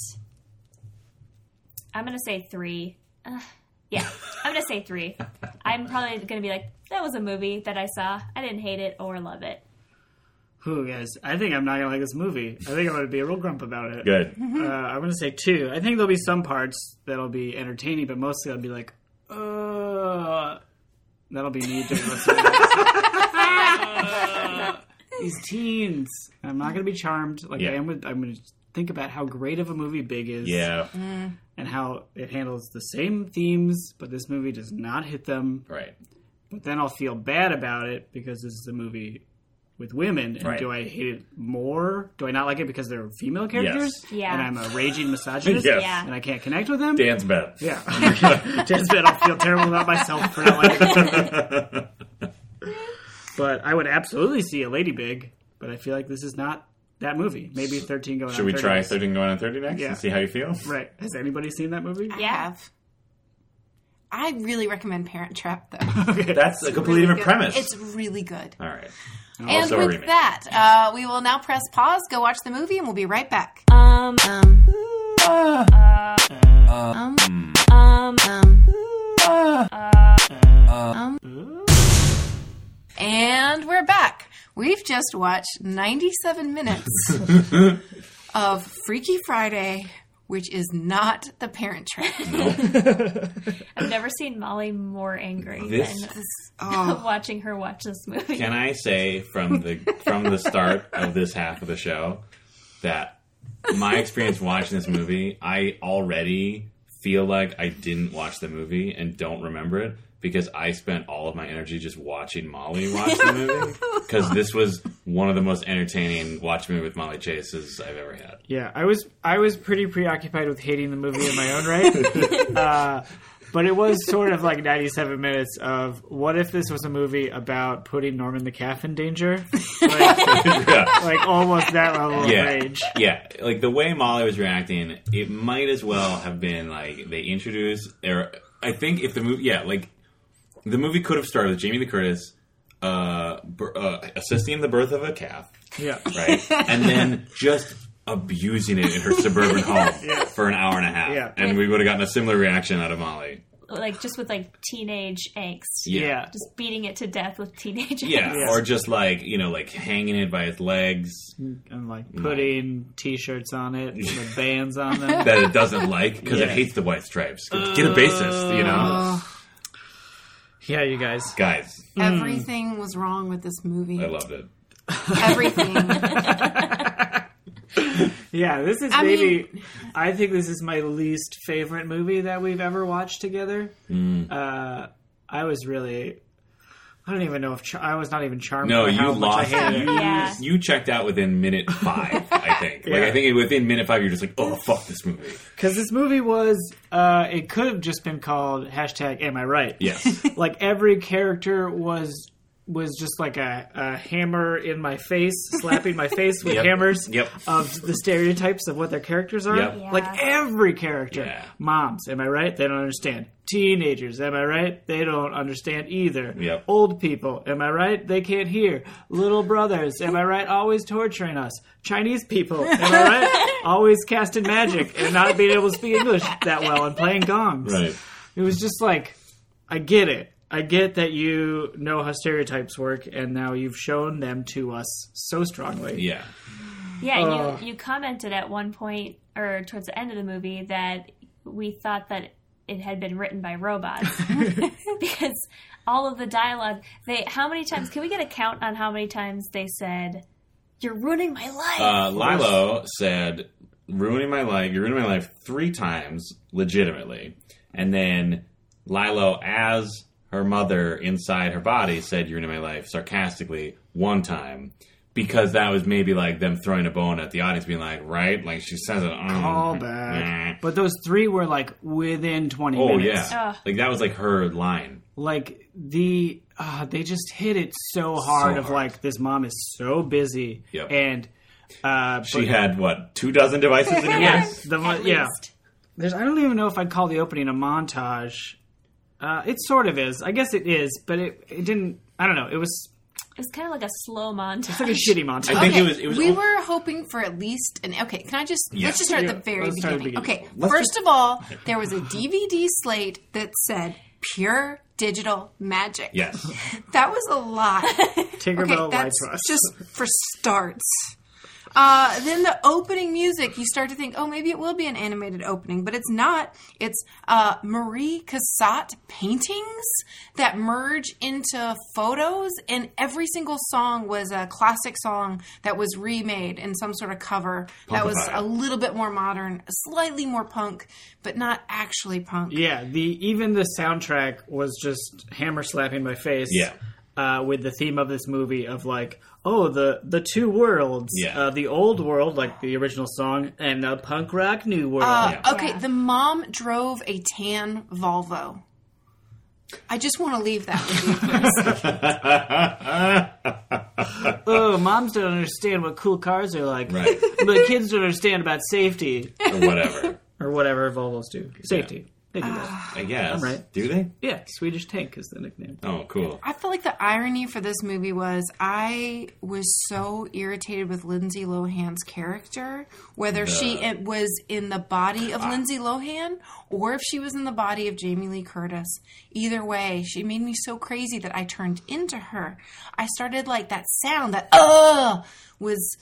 I'm going to say three. Uh,
<laughs>
yeah, I'm going to say three. I'm probably going to be like, that was a movie that I saw. I didn't hate it or love it.
<laughs> Who guys? I think I'm not gonna like this movie. I think I'm gonna be a real grump about it.
Good.
Uh, I'm gonna say two. I think there'll be some parts that'll be entertaining, but mostly I'll be like, uh, that'll be me doing this. Uh, <laughs> These teens. I'm not gonna be charmed. Like
Yeah.
I am with. I'm gonna think about how great of a movie Big is.
Yeah.
And how it handles the same themes, but this movie does not hit them.
Right.
but then I'll feel bad about it because this is a movie with women. And
Right.
do I hate it more? Do I not like it because they're female characters?
Yeah.
And I'm a
<laughs>
raging
<laughs>
misogynist
Yes.
Yeah.
and I can't connect with them?
Dan's <laughs> bet.
Yeah. <laughs> Just that I'll feel terrible about myself for
<laughs>
not liking it. But I would absolutely see a Lady Big, but I feel like this is not that movie. Maybe 13 going
Should
on
we
30.
try 13 going on 30 next
Yeah.
and see how you feel?
Right. Has anybody seen that movie?
I
Yeah.
have. I really recommend Parent Trap, though.
<laughs>
Okay.
That's a completely
Really
different
good.
premise.
It's really good.
All right.
and
also a
with
remake.
that, uh, we will now press pause, go watch the movie, and we'll be right back.
Um,
Um, um, um,
um,
um, We've just watched
<laughs>
97 minutes of Freaky Friday, which is not the parent trap.
I've never seen Molly more angry
This-
than
Oh,
<laughs> watching her watch this movie.
Can I say from the from the start of this half of the show that my experience watching this movie, I already feel like I didn't watch the movie and don't remember it because I spent all of my energy just watching Molly watch the
<laughs>
movie because this was one of the most entertaining watch movie with Molly chases I've ever had.
Yeah, I was I was pretty preoccupied with hating the movie in my own <laughs> right, uh, but it was sort of like 97 minutes of what if this was a movie about putting Norman the calf in danger, like,
yeah.
like almost that level
Yeah.
of rage.
Yeah, like the way Molly was reacting, it might as well have been like they introduced. Or I think if the movie, yeah, like the movie could have started with Jamie Lee Curtis uh, bir- uh, assisting the birth of a calf,
Yeah, <laughs>
right, and then just abusing it in her suburban home for an hour and a half,
Yeah.
and we would have gotten a similar reaction out of Molly.
Like just with like teenage angst,
Yeah.
yeah,
just beating it to death with teenage
Yeah,
angst.
Yeah.
or just like you know, like hanging it by its legs
and like putting T-shirts on it, with bands on them.
that it doesn't like because it
Yeah. Oh.
hates the white stripes. Get a bassist, you know,
Yeah, you guys.
guys.
everything was wrong with this movie.
I loved it.
Everything.
<laughs>
Yeah, this is
I
maybe. I think this is my least favorite movie that we've ever watched together.
Mm.
Uh, I was really. I don't even know if char- I was not even charmed.
No,
by
you
how much
lost.
I hated it.
You,
Yeah.
you checked out within minute five, I think. Like
Yeah.
I think within minute five, you're just like, oh fuck this movie.
Because this movie was, uh, it could have just been called hashtag Am I Right?
Yes,
<laughs> Like every character was was just like a, a hammer in my face, slapping my face with
Yep.
hammers
Yep.
of the stereotypes of what their characters are.
Yep.
Yeah.
Like every character,
Yeah.
moms, am I right? They don't understand. Teenagers, am I right? They don't understand either.
Yep.
Old people, am I right? They can't hear. Little brothers, am I right? Always torturing us. Chinese people, am I right? Always casting magic and not being able to speak English that well and playing
<laughs>
gongs.
right.
It was just like, I get it. I get that you know how stereotypes work, and now you've shown them to us so strongly.
Yeah,
Yeah, and
Uh.
Ugh.
you, you commented at one point or towards the end of the movie that we thought that it had been written
<laughs>
by robots <laughs> because all of the dialogue they how many times can we get a count on how many times they said you're ruining my life
uh, Lilo said, "Ruining my life. You're ruining my life three times, legitimately." And then Lilo, as her mother inside her body, said, "You're ruining my life," sarcastically one time. Because that was maybe like them throwing a bone at the audience, being like, "Right?" Like she says it. mm,
All bad.
nah.
But those three were like within 20
Oh
minutes.
yeah,
Ugh.
like that was like her line.
Like the uh, they just hit it so hard of
hard.
like this mom is so busy
Yep.
and uh
She had what two dozen devices in her
yes,
hands.
the mo-
at
yeah.
least.
There's I don't even know if I'd call the opening a montage. Uh, it sort of is. I guess it is, but it it didn't I don't know. It was
it was kind of like a slow
<laughs>
montage
like a shitty montage.
I think
Okay,
it was. It was.
we
al-
were hoping for at least an. Okay, can I just
Yeah.
let's just start at
Yeah,
the very
let's start at the
beginning.
beginning.
Okay,
Let's
first
just-
of all, there was a DVD slate that said pure digital magic.
yes.
that was a lot.
<laughs>
Tinkerbell
okay,
lied
that's
to us.
just for starts. Uh, then the opening music, you start to think, oh, maybe it will be an animated opening, but it's not. It's uh, Marie Cassatt paintings that merge into photos, and every single song was a classic song that was remade in some sort of cover that was
Punkified.
a little bit more modern, slightly more punk, but not actually punk.
Yeah, the even the soundtrack was just hammer slapping my face.
Yeah.
Uh, with the theme of this movie of like, oh, the the two worlds,
Yeah.
uh, the old world, like the original song, and the punk rock new world.
Uh,
Yeah.
Okay,
Yeah.
the mom drove a tan Volvo. I just want to leave that with you.
oh, moms don't understand what cool cars are like. <laughs>
Right.
<laughs>
but kids don't understand about safety
Or whatever.
or whatever Volvos do. Safety. They do
Ah.
that.
I guess.
Right.
Do they?
Yeah, Swedish Tank is the nickname.
Oh, cool.
I feel like the irony for this movie was I was so irritated with Lindsay Lohan's character, whether she it was in the body of Lindsay Lohan or if she was in the body of Jamie Lee Curtis. Either way, she made me so crazy that I turned into her. I started like that sound that uh was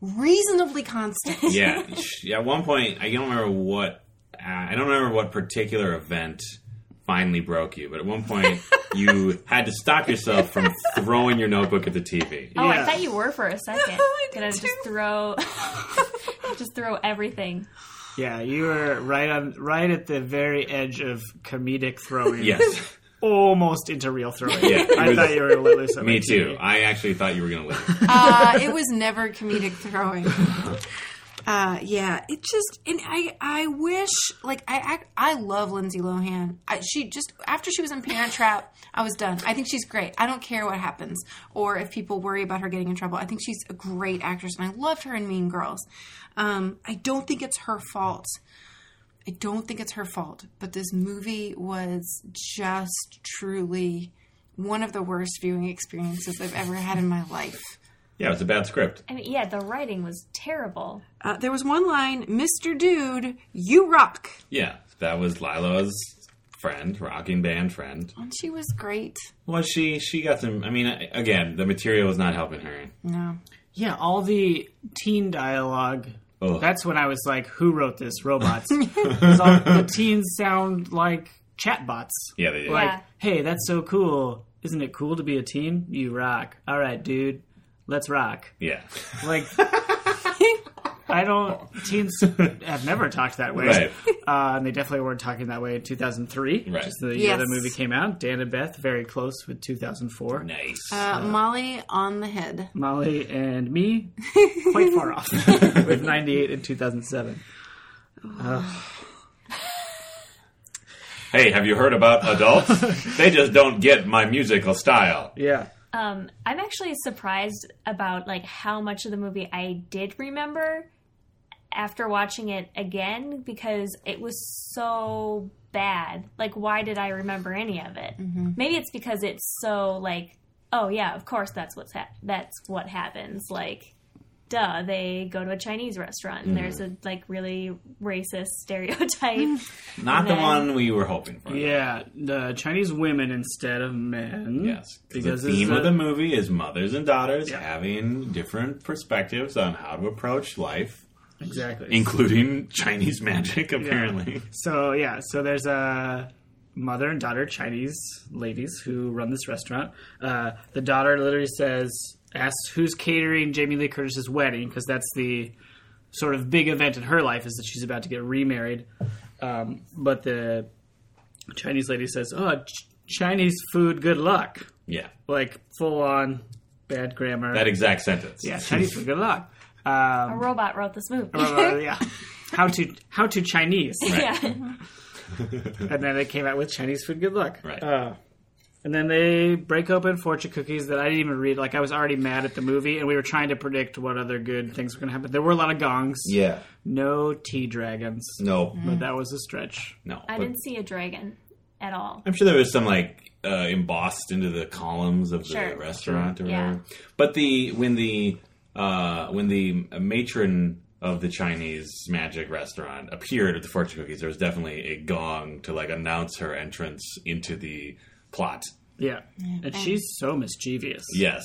reasonably constant.
yeah. sh- At one point, I don't remember what. Uh, I don't remember what particular event finally broke you, but at one point you had to stop yourself from throwing your notebook at the TV.
Oh,
Yeah.
I thought you were for a
<laughs>
second.
No, Oh, I did
Gonna
too.
just
<laughs>
throw, <laughs> just throw everything.
Yeah, you were right on, right at the very edge of comedic throwing.
Yes.
almost into real throwing.
Yeah, it
<laughs> I
was-
thought you were going to let loose. on
Me
it.
too. I actually thought you were going to live.
uh, it was never comedic throwing. Uh, yeah, it just and I I wish like I I, I love Lindsay Lohan. I, she just after she was in Parent Trap, I was done. I think she's great. I don't care what happens or if people worry about her getting in trouble. I think she's a great actress, and I loved her in Mean Girls. Um, I don't think it's her fault. I don't think it's her fault, but this movie was just truly one of the worst viewing experiences I've ever had in my life.
Yeah, it was a bad script.
I mean, yeah, the writing was terrible.
Uh, there was one line, Mr. Dude, you rock.
Yeah, that was Lila's friend, rocking band friend.
And she was great.
Well, she she got some. I mean, I- again, the material was not helping her.
No.
Yeah, all the teen dialogue.
Oh,
That's when I was like, "Who wrote
<laughs>
this? Robots." 'Cause all the teens sound like chatbots.
yeah, they did.
Like,
Yeah.
"Hey, that's so cool! Isn't it cool to be a teen? You rock! All right, dude, let's rock!"
yeah, <laughs>
Like, I don't. Teens have never talked that way.
right.
Uh, and they definitely weren't talking that way in 2003,
Right.
which is the year
Yes.
the movie came out. Dan and Beth very close with 2004.
Nice.
Uh, Molly on the head.
Molly and me quite far off <laughs> with 98 and 2007.
hey, have you heard about adults?
<laughs>
they just don't get my musical style.
Yeah.
Um, I'm actually surprised about like how much of the movie I did remember after watching it again because it was so bad. Like, why did I remember any of it? Maybe it's because it's so like, oh yeah, of course that's what's hap that's what happens. Like, duh, they go to a Chinese restaurant and there's a like really racist <laughs> stereotype.
Not the
Then-
one we were hoping for.
Yeah, the Chinese women instead of men.
Yes, because
Because
the
it's
theme of
a-
the movie is mothers and daughters
Yeah.
having different perspectives on how to approach life,
Exactly.
including <laughs> Chinese magic, apparently.
So yeah, so there's a mother and daughter Chinese ladies who run this restaurant. Uh, the daughter literally says, asks who's catering Jamie Lee Curtis's wedding because that's the sort of big event in her life is that she's about to get remarried. Um, but the Chinese lady says, "Oh, Ch- Chinese food, good luck."
Yeah,
Like full on bad grammar.
that exact sentence.
yeah, Chinese food, good luck. Um,
a robot wrote this movie.
yeah. How to how to Chinese
<laughs> yeah.
and then they came out with Chinese food. Good luck.
Right.
Uh, and then they break open fortune cookies that I didn't even read. Like I was already mad at the movie, and we were trying to predict what other good things were going to happen. There were a lot of gongs.
yeah. Mm.
No tea dragons.
No,
But that was a stretch.
no.
I
but-
didn't see a dragon at all.
I'm sure there was some like uh, embossed into the columns of the
Sure.
restaurant or
Yeah.
whatever. But the when the uh, when the matron of the Chinese magic restaurant appeared at the fortune cookies, there was definitely a gong to like announce her entrance into the plot.
Yeah. And she's so mischievous.
Yes,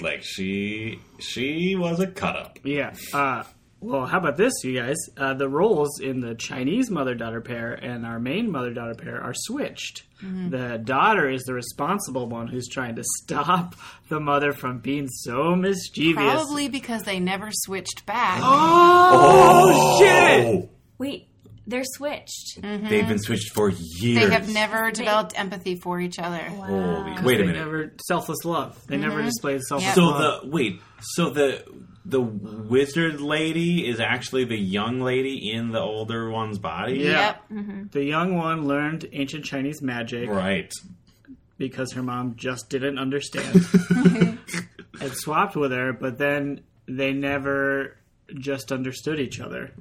like she she was a cut up.
Yeah. Uh, well, how about this, you guys? Uh, the roles in the Chinese mother daughter pair and our main mother daughter pair are switched. The daughter is the responsible one who's trying to <laughs> stop the mother from being so mischievous.
Probably because they never switched back.
Oh, shit!
Wait, they're switched.
They've been switched for years.
they have never developed empathy for each other.
Holy, wait a
They
minute.
never selfless love. They never displayed selfless
So
love.
the wait, so the the wizard lady is actually the young lady in the older one's body.
Yeah.
Yep.
the young one learned ancient Chinese magic
Right.
because her mom just didn't
<laughs>
understand and swapped with her, but then they
Mm-hmm.
never just understood each other.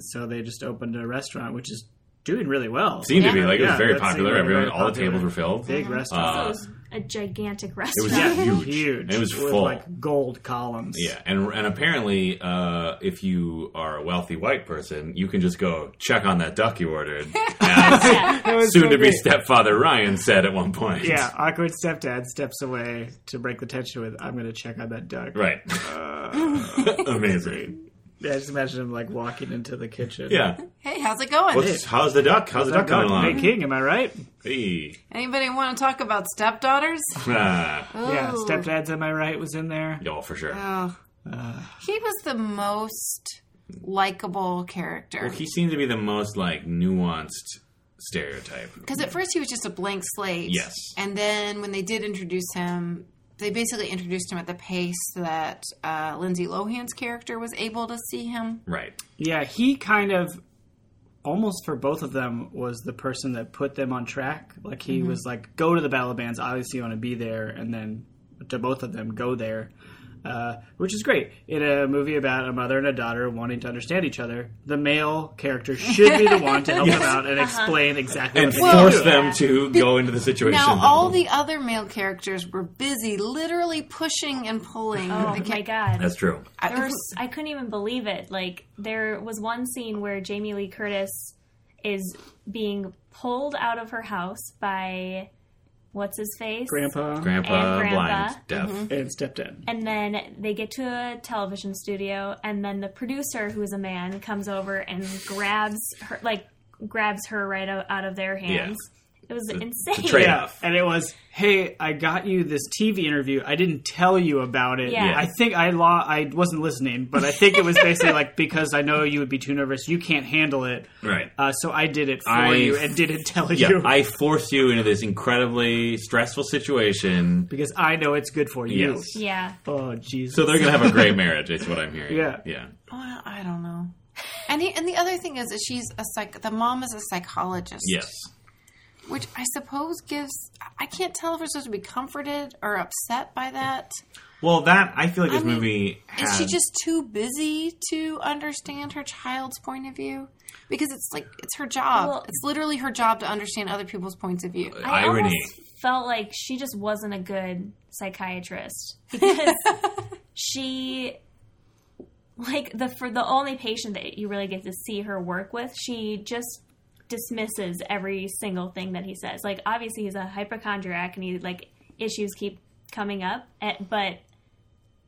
So they just opened a restaurant, which is doing really well.
Seemed to be
Yeah.
like it was
Yeah,
very
that seemed
popular.
very,
Everyone,
very
all the
popular.
tables were filled.
Big restaurant.
So it
Uh,
was a gigantic
it was
restaurant.
Ah,
<laughs>
yeah, huge.
huge.
It was
with
full.
like gold columns.
Yeah, and and apparently, uh, if you are a wealthy white person, you can just go check on that duck you
<laughs>
ordered. As
It was
soon
so
to be
great.
stepfather Ryan said at one point.
Yeah, awkward stepdad steps away to break the tension with "I'm going to check on that duck."
Right.
Uh,
<laughs> Amazing.
Yeah, I just imagine him like walking into the kitchen.
Yeah.
Hey, how's it going?
What's, how's the duck? How's the duck coming
Duck, hey
along?
King, am I right?
Hey.
Anybody want to talk about stepdaughters?
Ah,
Yeah,
Ooh.
stepdad's am I right was in there.
<laughs> y'all for sure.
Oh. he was the most likable character.
Well, he seemed to be the most like nuanced stereotype.
Because at first he was just a blank slate.
Yes.
And then when they did introduce him, they basically introduced him at the pace that uh, Lindsay Lohan's character was able to see him.
Right.
Yeah, he kind of almost for both of them was the person that put them on track. Like he was like, go to the battle of bands. Obviously, you want to be there, and then to both of them, go there. Uh, which is great in a movie about a mother and a daughter wanting to understand each other. The male character should be the
<laughs>
one to help them out and explain exactly
And
what they
Well,
force
do.
them to go into the situation.
Now, all the other male characters were busy literally pushing and pulling.
Oh
the
my
ca-
<laughs>
god.
That's true.
I- <laughs>
there was, I couldn't even believe it. Like there was one scene where Jamie Lee Curtis is being pulled out of her house by what's his face,
Grandpa
Grandpa,
And
blind,
grandpa.
deaf.
Mm-hmm.
and stepdad.
and then they get to a television studio, and then the producer, who is a man, comes over and grabs her, like grabs her right out, out of their hands. It was insane.
trade
Yeah,
off.
and it was, hey, I got you this TV interview. I didn't tell you about it.
Yeah.
I think I lo- I wasn't listening, but I think it was basically like because I know you would be too nervous, you can't handle it.
Right.
Uh, so I did it for
I-
you and didn't tell
Yeah,
you
I force you into this incredibly stressful situation.
because I know it's good for you.
Yes.
Yeah.
Oh Jesus.
So they're gonna have a great marriage, is what I'm hearing.
Yeah.
yeah.
Well, I don't know. And, he, and the other thing is that she's a psych. The mom is a psychologist.
Yes.
Which I suppose gives. I can't tell if we're supposed to be comforted or upset by that.
Well, that I feel like this
mean,
movie
Is
has,
she just too busy to understand her child's point of view? Because it's like it's her job.
Well-
it's literally her job to understand other people's points of view.
I
Irony.
almost felt like she just wasn't a good psychiatrist because she like the for the only patient that you really get to see her work with, she just dismisses every single thing that he says. Like obviously he's a hypochondriac and he like issues keep coming up, eh, but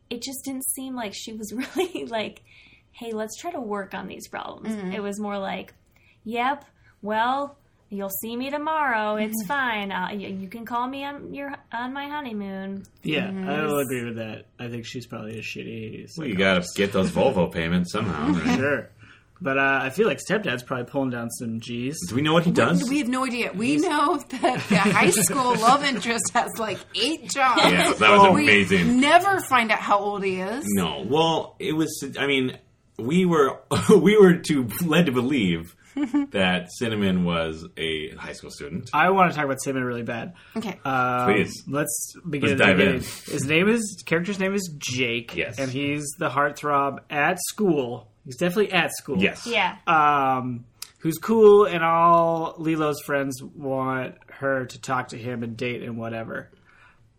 it just didn't seem like she was <laughs> really like, "Hey, let's try to work on these problems." It was more like, "Yep, well, you'll see me tomorrow.
<laughs>
It's fine. Uh, you, you can call me on your on my honeymoon."
yeah, I will agree with that. I think she's probably a shitty.
Well, you gotta get those Volvo payments somehow.
Mm-hmm.
Right?
Sure. But uh, I feel like stepdad's probably pulling down some G's.
Do we know what he does?
We have no idea. We know that the high school love interest has like eight jobs.
yeah, that was
We
amazing.
never find out how old he is.
No, well, it was. I mean, we were <laughs> we were to led to believe that Cinnamon was a high school student.
I want to talk about Simon really bad.
Okay.
Um,
Please.
let's begin.
Let's
at the
dive in.
beginning. His name is character's name is Jake.
Yes.
and he's the heartthrob at school. He's definitely at school.
Yes.
Yeah,
um, who's cool, and all Lilo's friends want her to talk to him and date and whatever.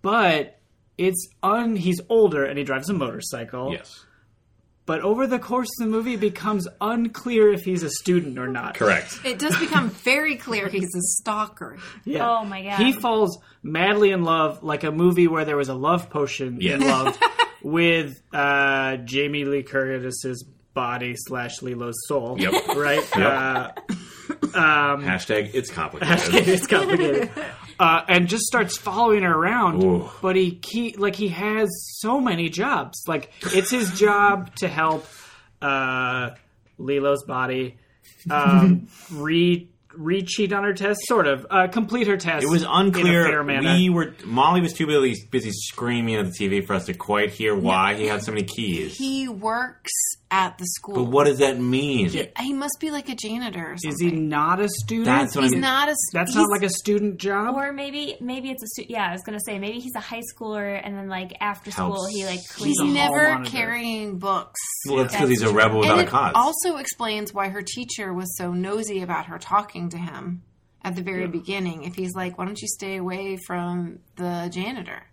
But it's un. He's older and he drives a motorcycle.
Yes.
But over the course of the movie, it becomes unclear if he's a student or not.
Correct.
it does become very clear he's a stalker.
Yeah.
Oh my God.
He falls madly in love, like a movie where there was a love potion
Yes.
in
<laughs>
love with uh, Jamie Lee Curtis's body slash Lilo's soul.
Yep.
Right.
<laughs>
Uh,
<laughs> um, Hashtag it's complicated.
it's complicated. <laughs> Uh, and just starts following her around,
Ooh.
but he keep like he has so many jobs. Like it's his job to help uh, Lilo's body
<laughs>
um, re re cheat on her test, sort of uh, complete her test.
It <laughs> was unclear.
In a fair manner.
we were Molly was too busy, busy screaming at the TV for us to quite hear why he had so many keys.
He works at the school.
But what does that mean?
Yeah.
He must be like a janitor or something.
Is he not a student?
That's what
He's
I mean.
not a.
That's
he's-
not like a student job.
Or maybe maybe it's a stu- yeah. I was gonna say maybe he's a high schooler and then like after
Helps.
school he like
He's
cleans.
a hall
never
monitor.
carrying books.
well, that's because he's a rebel without
And
a
it
cause.
also explains why her teacher was so nosy about her talking to him at the very beginning. If he's like, "Why don't you stay away from the janitor?"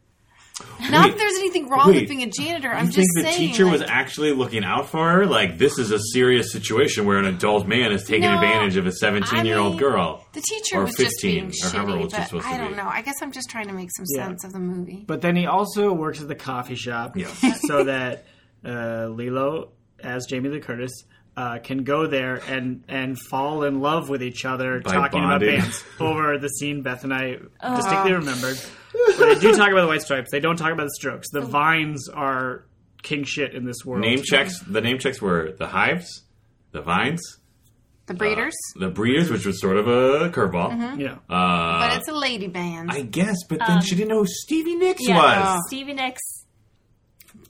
Not
Wait.
that there's anything wrong
Wait.
with being a janitor.
I
I'm
think
just
the
saying.
teacher was
like,
actually looking out for her? Like, this is a serious situation where an adult man is taking
No,
advantage of a 17 year
I
old
mean,
girl.
the teacher
or
was just being
15, or however old
shitty,
she's
but
supposed to
I don't
be.
know. I guess I'm just trying to make some
Yeah.
sense of the movie.
But then he also works at the coffee shop
Yeah.
<laughs> so that uh, Lilo, as Jamie Lee Curtis, uh, can go there and, and fall in love with each other
By
talking
bonding.
about bands <laughs> over the scene Beth and I
Oh.
distinctly remembered. But they do talk about the White Stripes. They don't talk about the Strokes.
Oh.
The Vines are king shit in this world.
Name checks. The name checks were the Hives, the Vines,
the Breeders,
the Breeders, which was sort of a curveball.
Mm-hmm.
Yeah.
Uh,
but it's a lady band.
I guess, but then
Um,
she didn't know who Stevie Nicks
Yeah,
was.
Stevie Nicks.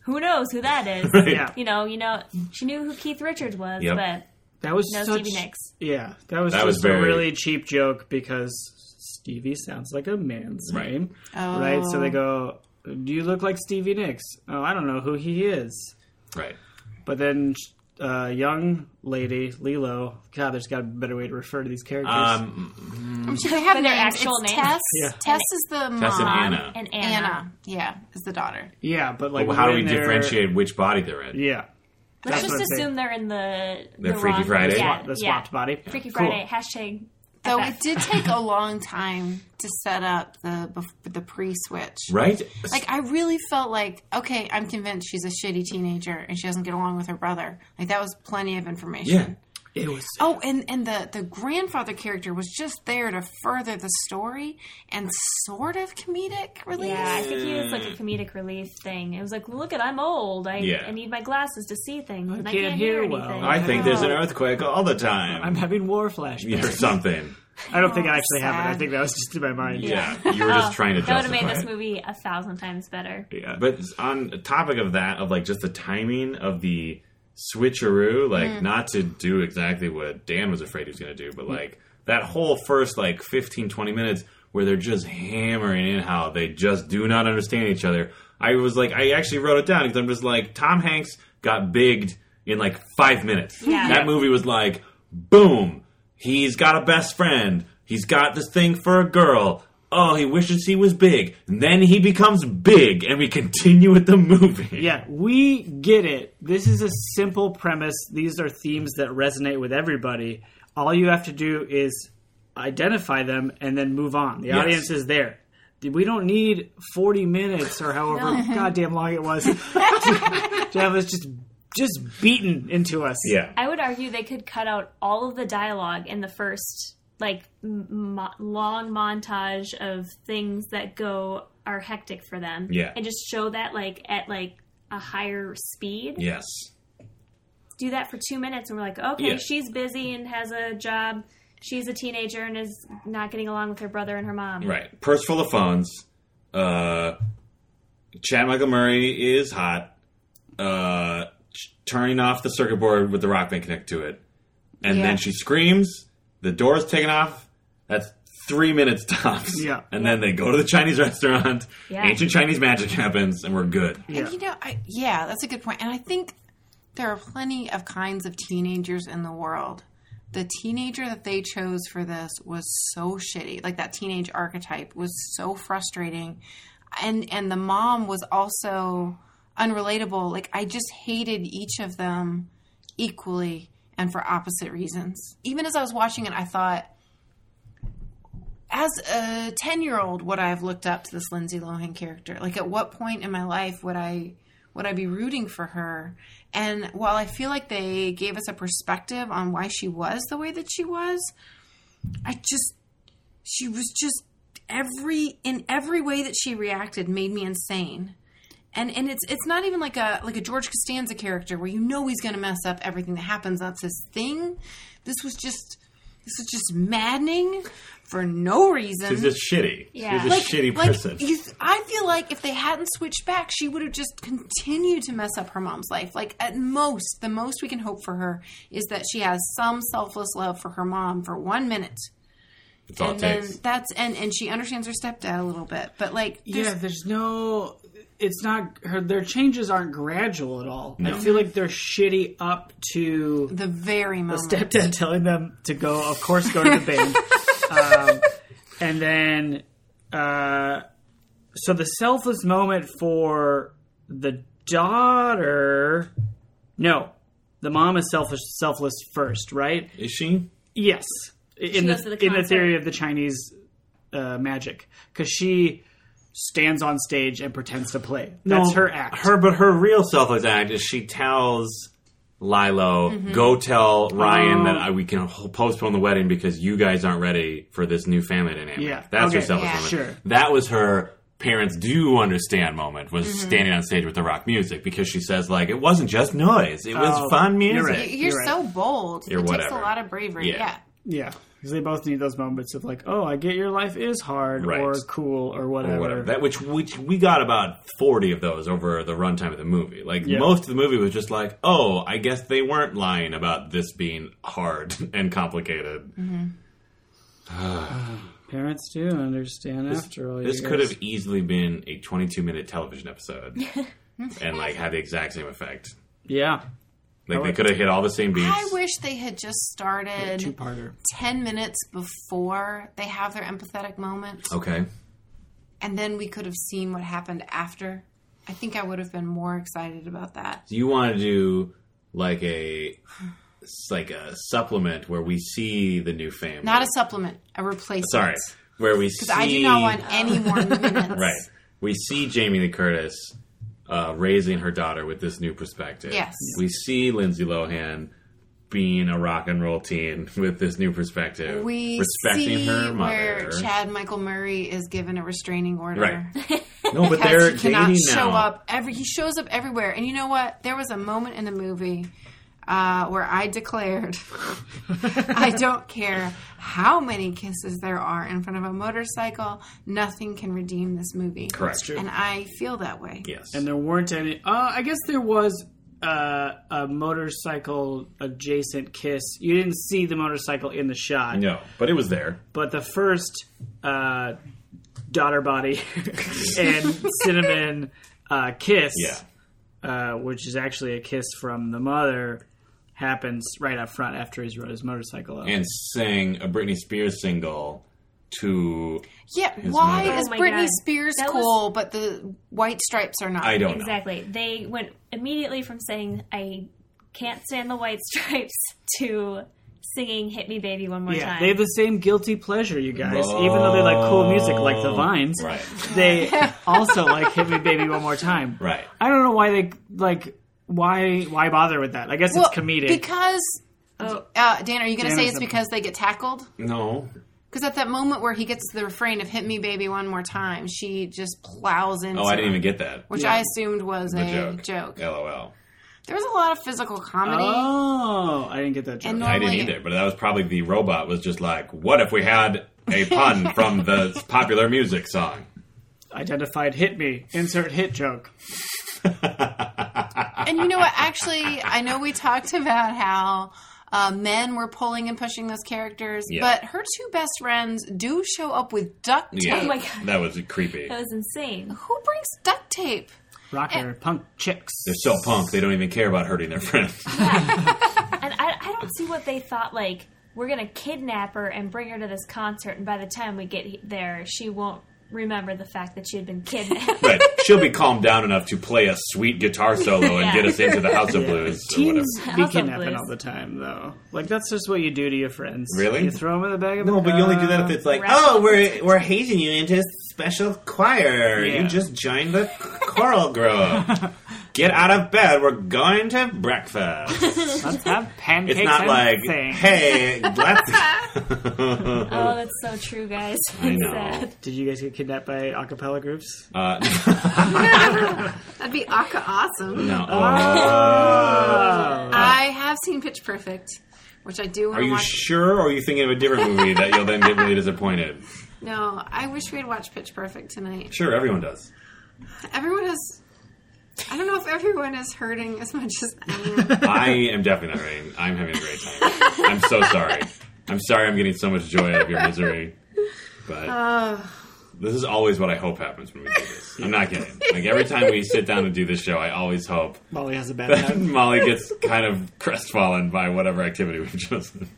Who knows who that is?
Right.
Yeah.
You know, you know. She knew who Keith Richards was,
Yep.
but
That was
no
such.
Stevie Nicks.
Yeah, that was
That was
just a
very-
really cheap joke because Stevie sounds like a man's
Right.
name,
Oh.
right? So they go, "Do you look like Stevie Nicks?" Oh, I don't know who he is.
Oh.
Right.
But then, uh, young lady Lilo. God, there's got a better way to refer to these characters.
Um,
I'm sure they have
But their
names.
actual
It's
names.
Tess.
Yeah.
Tess is the mom.
Tess and Anna.
And Anna.
Anna, yeah, is the daughter.
yeah, but like,
Well, how do we
when they're-
differentiate which body they're in?
Yeah,
Let's
That's what
just
I'm saying.
assume they're in the
They're
the
Freaky
wrong-
Friday?
Yeah,
the
yeah.
swapped body.
Freaky
Cool.
Friday hashtag.
Though
FF.
it did take a long time to set up the bef- the pre switch.
Right?
Like I really felt like okay, I'm convinced she's a shitty teenager and she doesn't get along with her brother. Like that was plenty of information.
yeah.
It was.
Oh, and and the the grandfather character was just there to further the story and sort of comedic relief.
Yeah, I think he was like a comedic relief thing. It was like, look at, I'm old. I,
Mm. Yeah.
I need my glasses to see things. and I
can't
can't hear,
hear well.
anything.
I think there's an earthquake all the time.
I'm having war flashbacks.
or something.
I don't think I
Oh,
actually have it. I
sad.
think that was just in my mind.
Yeah. You were
<laughs>
just trying to
Oh, that would have
justify
made this
it.
movie a thousand times better.
Yeah. But on the topic of that, of like just the timing of the switcheroo, like not to do exactly what Dan was afraid he was going to do, but like that whole first like 15, 20 minutes where they're just hammering in how they just do not understand each other. I was like, I actually wrote it down because I'm just like, Tom Hanks got bigged in like five minutes.
Yeah.
That movie was like, boom, he's got a best friend. He's got this thing for a girl. Oh, he wishes he was big. And then he becomes big, and we continue with the movie.
Yeah, we get it. This is a simple premise. These are themes that resonate with everybody. All you have to do is identify them and then move on. The
Yes.
audience is there. We don't need 40 minutes or however goddamn long it was to, to have us just just beaten into us.
Yeah.
I would argue they could cut out all of the dialogue in the first like m- mo- long montage of things that go are hectic for them.
Yeah.
and just show that like at like a higher speed.
Yes.
do that for two minutes and we're like, okay,
Yeah.
she's busy and has a job. She's a teenager and is not getting along with her brother and her mom.
Right. Purse full of phones. Uh, Chad Michael Murray is hot. Uh, ch- turning off the circuit board with the rock band connected to it. And
Yeah.
then she screams. The door is taken off. That's three minutes tops.
Yeah.
And then they go to the Chinese restaurant.
Yeah.
Ancient Chinese magic happens, and we're good.
Yeah.
And you know, I, yeah, that's a good point. And I think there are plenty of kinds of teenagers in the world. The teenager that they chose for this was so shitty. Like that teenage archetype was so frustrating. And and the mom was also unrelatable. Like I just hated each of them equally and for opposite reasons. Even as I was watching it, I thought as a 10 year old would i have looked up to this lindsay lohan character like at what point in my life would i would i be rooting for her and while i feel like they gave us a perspective on why she was the way that she was i just she was just every in every way that she reacted made me insane and and it's it's not even like a like a George Costanza character where you know he's going to mess up everything that happens. That's his thing. This was just This is just maddening for no reason.
She's just shitty.
Yeah.
She's just shitty person.
Like, you th- I feel like if they hadn't switched back, she would have just continued to mess up her mom's life. Like at most, the most we can hope for her is that she has some selfless love for her mom for one minute,
That's all it
and then
takes.
that's and and she understands her stepdad a little bit. But like,
yeah,
there's,
there's no. It's not her. Their changes aren't gradual at all. I feel like they're shitty up to
the very moment.
stepdad <laughs> telling them to go. Of course, go to the band, um, and then uh, so the selfless moment for the daughter. No, the mom is selfish. Selfless first, right?
Is she?
Yes, in
goes to
the,
the
in the
concert.
theory of the Chinese uh, magic, because she stands on stage and pretends to play. That's
No,
her act.
Her, but her real selfless act is she tells Lilo,
Mm-hmm.
"Go tell Ryan
Oh.
that I, we can ho- postpone the wedding because you guys aren't ready for this new family dynamic."
Yeah.
that's her
Okay.
selfless
Yeah.
moment.
Sure.
That was her parents do understand moment was
Mm-hmm.
standing on stage with the rock music because she says like it wasn't just noise it was
Oh,
fun
you're
music
right.
You're, you're
You're right.
so bold.
You're
it takes
whatever.
a lot of bravery.
Yeah.
Yeah.
yeah, because they both need those moments of like, oh, I get your life is hard
Right.
or cool or whatever.
or whatever. That which which we got about forty of those over the runtime of the movie. Like
Yeah.
most of the movie was just like, oh, I guess they weren't lying about this being hard <laughs> and complicated.
Parents do understand after all. you
This
guys.
could have easily been a twenty-two minute television
<laughs>
episode, and like had the exact same effect.
yeah,
Like they could have hit all the same beats.
I wish they had just started
two parter.
10 minutes before they have their empathetic moment.
okay,
and then we could have seen what happened after. I think I would have been more excited about that.
so you want to do like a it's like a supplement where we see the new family?
Not a supplement, a replacement.
sorry, where we see.
Because I do not want
<laughs>
any more minutes.
Right. We see Jamie Lee Curtis uh, raising her daughter with this new perspective.
Yes.
We see Lindsay Lohan being a rock and roll teen <laughs> with this new perspective.
We
respecting
see
her
where
mother.
Chad Michael Murray is given a restraining order.
Right. no, but
Because
they're
he cannot
dating
show
now.
up every he shows up everywhere. And you know what? There was a moment in the movie uh, where I declared <laughs> I don't care how many kisses there are in front of a motorcycle, nothing can redeem this movie.
Correct.
And I feel that way.
Yes.
And there weren't any. Uh, I guess there was uh, a motorcycle adjacent kiss. You didn't see the motorcycle in the shot.
no, but it was there.
but the first uh,
<laughs>
daughter body and cinnamon uh, kiss,
Yeah.
uh, which is actually a kiss from the mother, happens right up front after he's rode his motorcycle up.
And sang a Britney Spears single to
Yeah, why
mother.
is
Oh my
Britney
God.
Spears
That was-
cool, but the white stripes are not?
I don't know.
Exactly. They went immediately from saying I can't stand the white <laughs> stripes to singing "Hit Me, Baby, One More
Yeah,
Time."
they have the same guilty pleasure, you guys. Even though they like cool music like
Oh,
the Vines,
Right.
they also like "Hit Me, Baby, One More Time."
Right.
I don't know why they like why why bother with that. I guess
Well,
it's comedic.
because
Oh.
uh, Dan, are you going to
Dan
say
is
it's
a-
because they get tackled?
No.
Because at that moment where he gets the refrain of "Hit me, baby, one more time," she just plows into.
Oh, I
him,
didn't even get that.
Which I assumed was
The
a joke.
joke. LOL.
There was a lot of physical comedy.
oh, I didn't get that. Joke.
And
I didn't
Normally-
either, but that was probably the robot was just like, what if we had a
<laughs>
pun from the popular music song?
identified hit me insert hit joke
And you know
<laughs>
what? Actually, I know we talked about how uh, men were pulling and pushing those characters,
Yeah.
but her two best friends do show up with duct tape.
Yeah,
Oh my God.
that was creepy.
that was insane.
Who brings duct tape?
rocker punk chicks
They're so punk, they don't even care about hurting their
<laughs>
friends.
And I, I don't see what they thought. Like we're gonna kidnap her and bring her to this concert, and by the time we get he- there, she won't remember the fact that she had been
<laughs>
kidnapped.
right? She'll be calmed down enough to play a sweet guitar solo and
Yeah.
get us into the <laughs> House of Blues. Or whatever.
teens be
House of
kidnapping
Blues.
all the time though like that's just what you do to your friends
Really?
you throw them in the bag of
No, but you only do that if it's like,
Rap.
oh, we're we're hazing you into special choir.
Yeah.
You just joined the choral group.
<laughs>
Get out of bed. We're going to breakfast.
<laughs>
let's have pancakes
It's not
and
like,
things.
hey, let's.
oh, that's so true, guys.
I know.
Sad.
did you guys get kidnapped by a cappella groups
Uh, <laughs>
That'd be Aka awesome.
no. Uh,
oh.
I have seen Pitch Perfect, which I do want
Are
to
you
watch.
sure, or are you thinking of a different movie that you'll then get really disappointed?
no, I wish we had watched Pitch Perfect tonight.
Sure, everyone does.
Everyone has. I don't know if everyone is hurting as much as I am.
I am definitely not ready. I'm having a great time. I'm so sorry. I'm sorry I'm getting so much joy out of your misery. But this is always what I hope happens when we do this. I'm not kidding. Like every time we sit down and do this show, I always hope
Molly has a
<laughs>
bad
that
<laughs> night.
Molly gets kind of crestfallen by whatever activity we've chosen.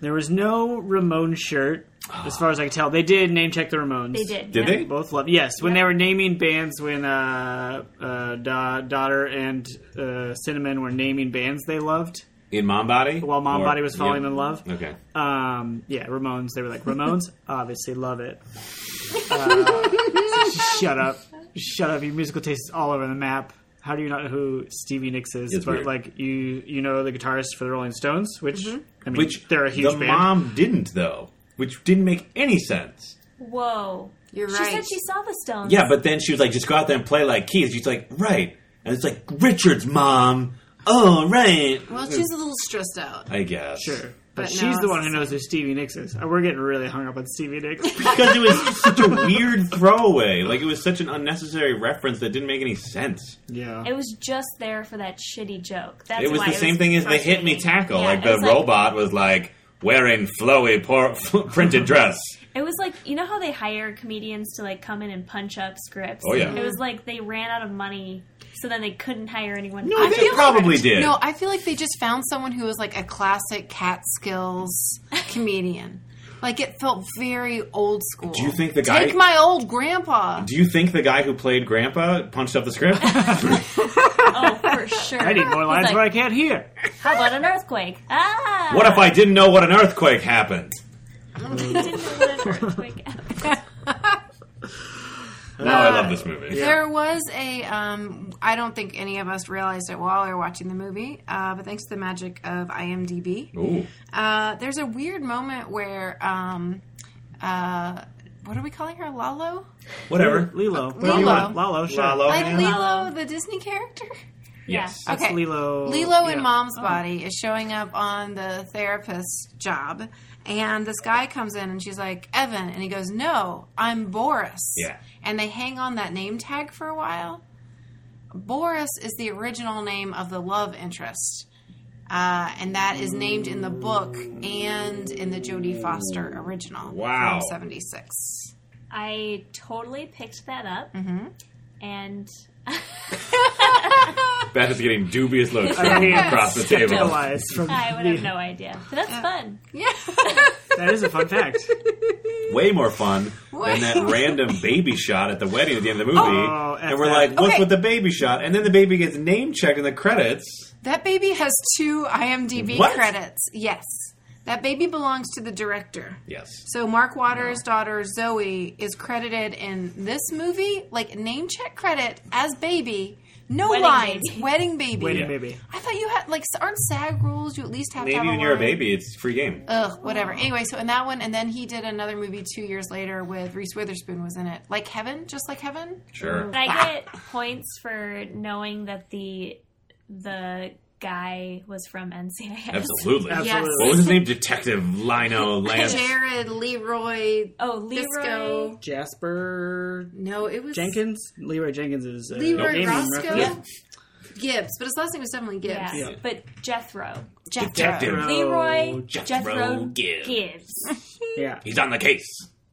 There was no Ramon shirt, as far as I can tell. They did name check the Ramones.
<laughs> They did.
Did
yeah.
they?
Both love. Yes, when
Yeah.
they were naming bands, when uh, uh, da- daughter and uh, Cinnamon were naming bands they loved,
In Mom Body?
while Mom
Or-
Body was falling
yeah.
in love.
Okay.
Um, yeah, Ramones. They were like Ramones.
<laughs>
obviously, love it. Uh, <laughs> shut up, shut up. Your musical taste is all over the map. How do you not know who Stevie Nicks is?
It's
but
weird.
like you, you know the guitarist for the Rolling Stones, which
Mm-hmm.
I mean,
Which
they're a huge
the
band.
mom didn't though, which didn't make any sense.
Whoa.
You're
she
right.
said she saw the stones.
Yeah, but then she was like, just go out there and play like keys. She's like, right. And it's like, Richard's mom. Oh, right.
Well, she's a little stressed out.
I guess.
Sure. But,
But no,
she's the
it's
one who
the
knows who Stevie Nicks is. Uh, We're getting really hung up on Stevie Nicks.
<laughs>
Because it was such a weird throwaway. Like, it was such an unnecessary reference that didn't make any sense.
yeah.
It was just there for that shitty joke. That's
it was
why
the same thing as the hit me
frustrating.
tackle.
Yeah,
like,
it
the
was
robot was like, wearing flowy por- <laughs> printed dress.
It was like you know how they hire comedians to like come in and punch up scripts.
Oh, yeah.
It was like they ran out of money, so then they couldn't hire anyone.
No, they probably did.
No, I feel like they just found someone who was like a classic Catskills comedian. Like it felt very old school.
Do you think the guy-
Take my old grandpa.
Do you think the guy who played Grandpa punched up the script?
oh,
<laughs>
for sure.
I need more lines
He's
where I
like,
can't hear.
How about an earthquake? Ah.
what if I didn't know what an earthquake happened?
didn't know what <laughs> an earthquake?
Now I love this movie.
There was a. Um, I don't think any of us realized it while we were watching the movie, uh, but thanks to the magic of IMDb,
Ooh.
uh, there's a weird moment where. Um, uh, what are we calling her? Lalo?
Whatever.
Lilo.
Lilo.
Lilo. Lilo, sure.
Lalo.
Like
man?
Lilo, the Disney character?
Yes.
Yeah.
That's
Okay.
Lilo.
Lilo in
yeah.
Mom's
Oh.
Body is showing up on the therapist job, and this guy comes in and she's like, Evan. And he goes, No, I'm Boris.
Yeah.
And they hang on that name tag for a while. Boris is the original name of the love interest. Uh, and that is named in the book and in the Jodie Foster original.
Wow.
From 76.
I totally picked that up,
Mm-hmm.
and <laughs>
Beth is getting dubious
<laughs>
looks from
yes.
across the table.
Realize from
I would
the-
have no idea. But that's fun.
Yeah. <laughs>
That is a fun
<laughs>
fact.
Way more fun than
Way-
that random baby shot at the wedding at the end of the movie.
Oh,
and
F
we're
that.
like, what's
Okay.
with the baby shot? And then the baby gets name checked in the credits.
That baby has two IMDb
What?
credits. Yes. That baby belongs to the director.
Yes.
So Mark Waters' daughter Zoe is credited in this movie, like name check credit as baby. No
Wedding
lines,
baby.
wedding baby.
Wait
Yeah.
a baby.
I thought you had like aren't SAG rules? You at least have to have
Maybe
a
when you're a
line?
baby, it's free game.
Ugh, whatever. Anyway, so in that one, and then he did another movie two years later with Reese Witherspoon was in it, like Heaven, just like Heaven.
Sure.
<laughs>
But I get points for knowing that the the guy was from NCIS.
Absolutely.
Absolutely.
What was his name? Detective Lino Lance.
Jared Leroy.
Oh, Leroy.
Disco.
Jasper
No, it was
Jenkins? Leroy Jenkins is. Uh,
Leroy
naming
Roscoe.
reference.
Gibbs, but his last name was definitely Gibbs.
Yeah.
Yeah.
But Jethro.
Jethro.
Detective.
Leroy
Jethro
Jethro,
Gibbs.
Gibbs.
Yeah.
He's on the case.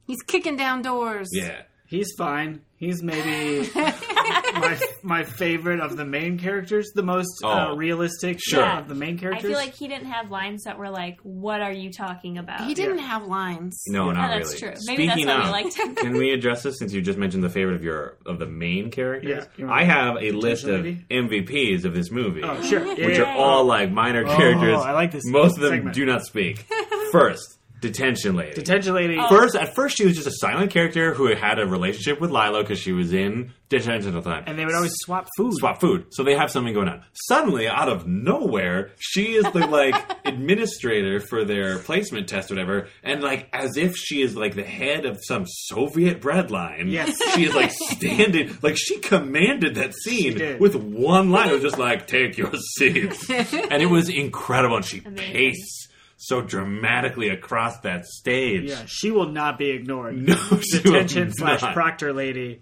He's kicking down doors.
Yeah.
He's fine. He's maybe my, my favorite of the main characters, the most uh,
Oh.
realistic
Sure.
of the main
I
characters.
feel like he didn't have lines that were like, "What are you talking about?"
He didn't have lines.
No,
Oh,
not
that's
really.
true. Maybe that's
Speaking
why we
of-
liked him.
Can we address this since you just mentioned the favorite of your of the main characters?
Yeah.
I have a list of
maybe?
MVPs of this movie,
Oh, sure. Yeah,
which
yeah,
are all like minor characters.
I like this
Most of them
segment.
do not speak. First, detention lady.
Detention lady.
Oh.
First, at first, she was just a silent character who had a relationship with Lilo because she was in detention all the time.
And they would always swap food.
swap food. So they have something going on. Suddenly, out of nowhere, she is
<laughs>
the like administrator for their placement test, or whatever, and like as if she is like the head of some Soviet bread line.
Yes.
she is
<laughs>
like standing, like she commanded that scene
did.
with one line. It was just like, "Take your
<laughs>
seats," and it was incredible. And she
Amazing.
paced so dramatically across that stage.
Yeah, she will not be
<laughs>
ignored.
No, she will
Detention slash
not.
proctor lady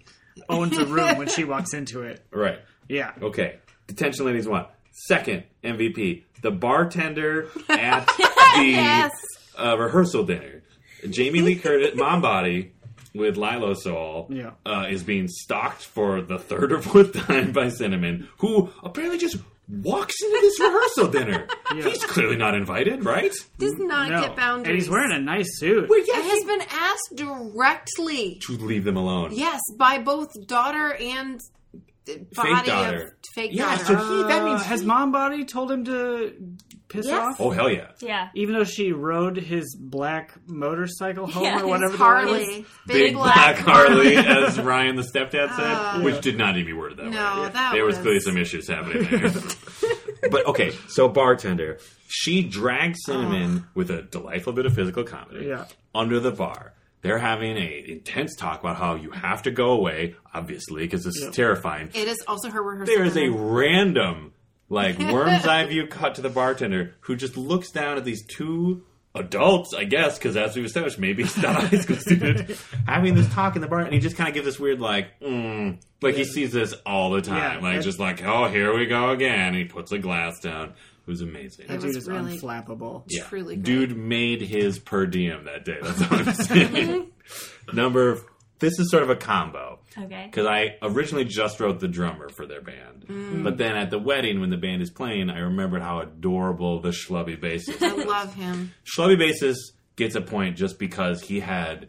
owns a room when she walks into it.
Right.
Yeah.
Okay. Detention ladies one. Second MVP, the bartender at the uh, rehearsal dinner. Jamie Lee Curtis, mom body with Lilo Soul,
Yeah.
uh, is being stalked for the third or fourth <laughs> time by Cinnamon, who apparently just walks into this rehearsal dinner. He's clearly not invited, right?
Does not
Mm, No.
get boundaries.
And he's wearing a nice suit.
Well,
It
yeah,
has been asked directly.
to leave them alone.
Yes, by both daughter and the body of
daughter.
fake
Yeah,
daughter.
so he, that means
Uh, has mom body told him to piss
Yes.
off?
Oh, hell yeah.
Yeah.
Even though she rode his black motorcycle home
Yeah,
or
his
whatever. the word was?
Harley,
Big, Black, Harley, as Ryan the stepdad said, which did not need to be worded that way.
No, that
there was
was-
clearly some issues happening there. but okay, so bartender, she drags Cinnamon with a delightful bit of physical comedy
Yeah.
under the bar. They're having a intense talk about how you have to go away, obviously, because this is terrifying.
It is also her rehearsal.
There is a
dinner.
random,
<laughs>
like, worm's eye view cut to the bartender who just looks down at these two adults, I guess, because as we've established, maybe he's not <laughs> a high school student, having this talk in the bar, and he just kind of gives this weird, like, mm, like he sees this all the time.
Yeah,
like,
that-
just like, oh, here we go again. He puts a glass down. It was amazing.
That
was
dude is
really-
unflappable.
Yeah.
truly great.
Dude made his per diem that day. That's what I'm <laughs>
<laughs>
saying. Number, this is sort of a combo
Okay.
because I originally just wrote the drummer for their band, but then at the wedding when the band is playing, I remembered how adorable the schlubby bassist. <laughs>
I love him.
schlubby bassist gets a point just because he had.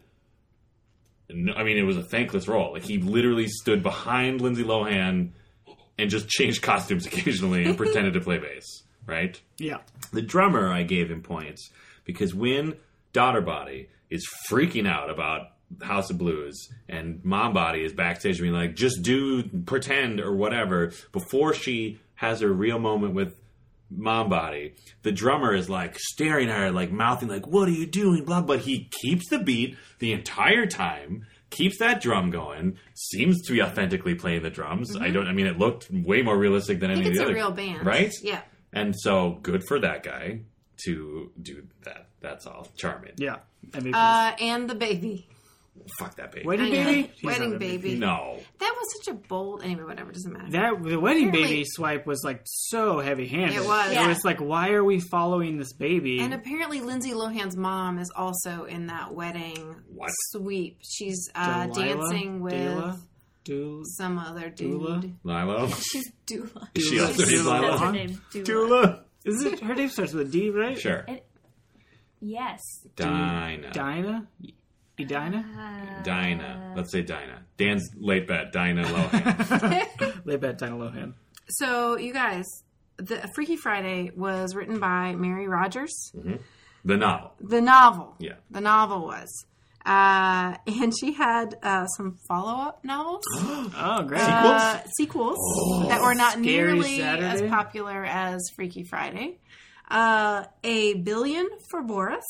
no- I mean, it was a thankless role. Like he literally stood behind Lindsay Lohan and just changed costumes occasionally and pretended to play bass. Right.
Yeah.
The drummer, I gave him points because when Daughter Body is freaking out about House of Blues and Mom Body is backstage being like, just do pretend or whatever, before she has her real moment with Mom Body, the drummer is like staring at her, like mouthing, like, what are you doing? Blah, but he keeps the beat the entire time. Keeps that drum going. Seems to be authentically playing the drums. I don't. I mean, it looked way more realistic than
Mm-hmm. I
any
think
of
it's
the
a
other
real band.
right?
Yeah.
And so good for that guy to do that. That's all. Charming.
Yeah. MVP.
Uh, and the baby.
Fuck that baby.
Wedding
I know.
baby? He's
Wedding
not an MVP.
baby.
No.
That was such a bold. Anyway, whatever. Doesn't matter.
That the wedding
Apparently-
baby swipe was like so heavy handed.
It was.
Yeah.
It was like, why are we following this baby?
and apparently, Lindsay Lohan's mom is also in that wedding
What?
sweep. She's uh,
Delilah?
dancing with
Dula? Dul-
some other dude.
Dula? <laughs>
Lilo?
She's Dula.
Is she
Dula.
also named
Dula.
That's her
Lilo?
name. Dula.
Dula.
Is it her name starts with a D, right?
Sure.
It- Yes.
Dinah.
Dinah? <laughs> Edina?
Uh,
Dinah. Let's say Dinah. Dan's late bet. Dinah
<laughs>
Lohan.
They bet Dinah Lohan.
So, you guys, the Freaky Friday was written by Mary Rogers.
Mm-hmm.
the novel.
The novel.
Yeah.
The novel was. Uh, and she had uh, some follow up
<gasps>
novels,
Oh, great.
uh, sequels that were not
Oh, Scary
nearly as
Saturday.
popular as Freaky Friday. Uh, a billion for Boris.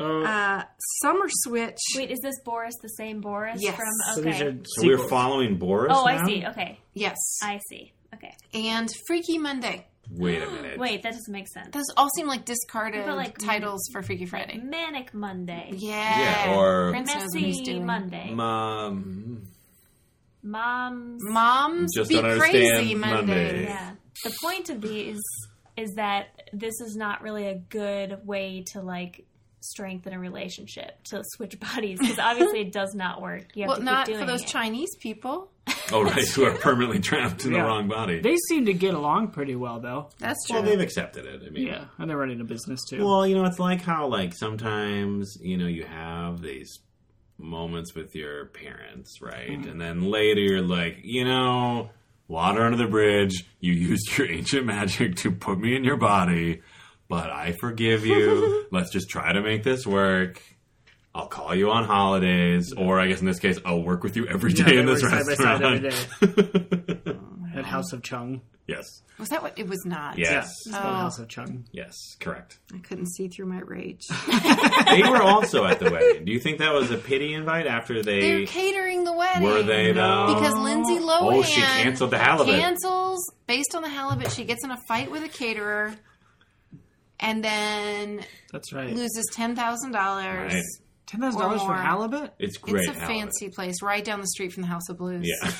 Oh,
Uh, Summer Switch.
Wait, is this Boris the same Boris
Yes.
Oh, so
from?
these
Okay.
are
So we're
sequels.
following Boris.
oh, I
now?
see. Okay,
Yes.
I see. Okay.
and Freaky Monday.
Wait a minute.
Wait, that doesn't make sense.
Those all seem like discarded
But, like, Mm-hmm.
titles for Freaky Friday.
Manic Monday.
Yeah.
Yeah, or-
Prince knows what he's
Messy
doing.
Monday.
Mom.
Mom's.
Moms
Just
be
don't understand
crazy Monday.
Monday.
Yeah. The point of these is that this is not really a good way to like strengthen a relationship to switch <laughs> bodies because obviously it does not work. You have
Well,
to keep
not
doing
for those
it.
Chinese people.
Oh, right. Who are permanently trapped in
Yeah.
the wrong body.
They seem to get along pretty well, though.
That's true.
well, they've accepted it. I mean,
Yeah, and they're running a business too.
Well, you know, it's like how like sometimes you know you have these moments with your parents, right?
Mm-hmm.
And then later you're like, you know, <laughs> water under the bridge. You used your ancient magic to put me in your body. but I forgive you.
<laughs>
Let's just try to make this work. I'll call you on holidays, or I guess in this case, I'll work with you every day
they
in this
were side by
restaurant.
side every At House of Chung.
<laughs> yes,
Was that what it was not?
Oh, yes,
It's called House of Chung.
yes, correct.
I couldn't see through my
<laughs>
rage.
They were also at the wedding. Do you think that was a pity invite after
They're
they
catering the wedding.
were they though?
Because Lindsay Lohan
oh, she canceled the halibut.
cancels based on the halibut. She gets in a fight with a caterer, and then
That's right.
loses ten thousand dollars.
Right.
Ten thousand dollars
Or
for
more.
halibut.
it's great.
It's a
halibut.
fancy place right down the street from the House of Blues.
Yeah.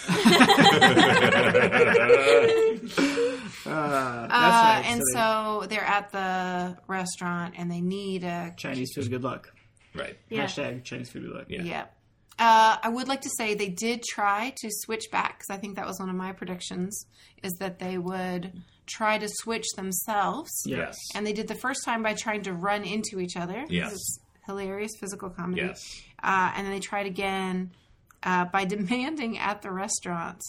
<laughs>
<laughs>
Uh, that's
Uh,
right.
and
they-
so they're at the restaurant and they need a
Chinese food, good luck.
right.
Yeah.
Hashtag Chinese food, good luck.
Yeah.
Yeah. Uh, I would like to say they did try to switch back because I think that was one of my predictions is that they would try to switch themselves.
Yes.
And they did the first time by trying to run into each other. This
Yes.
is Hilarious physical comedy.
Yes.
Uh, and then they tried again uh, by <laughs> demanding at the restaurant.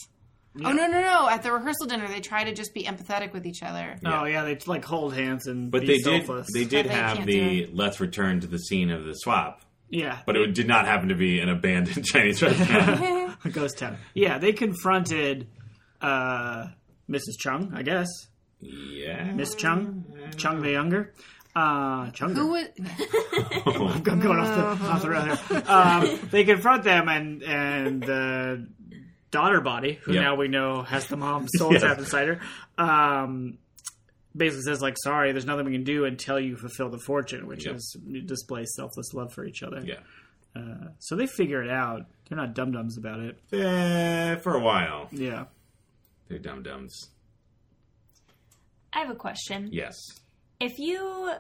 Oh, no, no, no. At the rehearsal dinner, they try to just be empathetic with each other.
Yeah.
Oh yeah, they like hold hands and
But
be
they
selfless.
did. They did
But they
have
can't
the
do
let's return to the scene of the swap,
yeah,
but it did not happen to be an abandoned <laughs> Chinese
<laughs>
restaurant.
a ghost town. Yeah, they confronted uh, Mrs. Chung, I guess.
yeah.
Miss Chung, Chung the younger, uh, Chung.
Who would.
I'm going off the off the rail here. Um, they confront them and and the daughter body, who
Yep.
now we know has the mom's soul
Yes.
trapped inside her. Um, basically says like, "Sorry, there's nothing we can do until you fulfill the fortune, which
Yep.
is you display selfless love for each other."
Yeah.
So they figure it out. They're not dum dums about it.
Eh, for a while,
Yeah.
they're dum dums.
I have a question.
Yes.
If you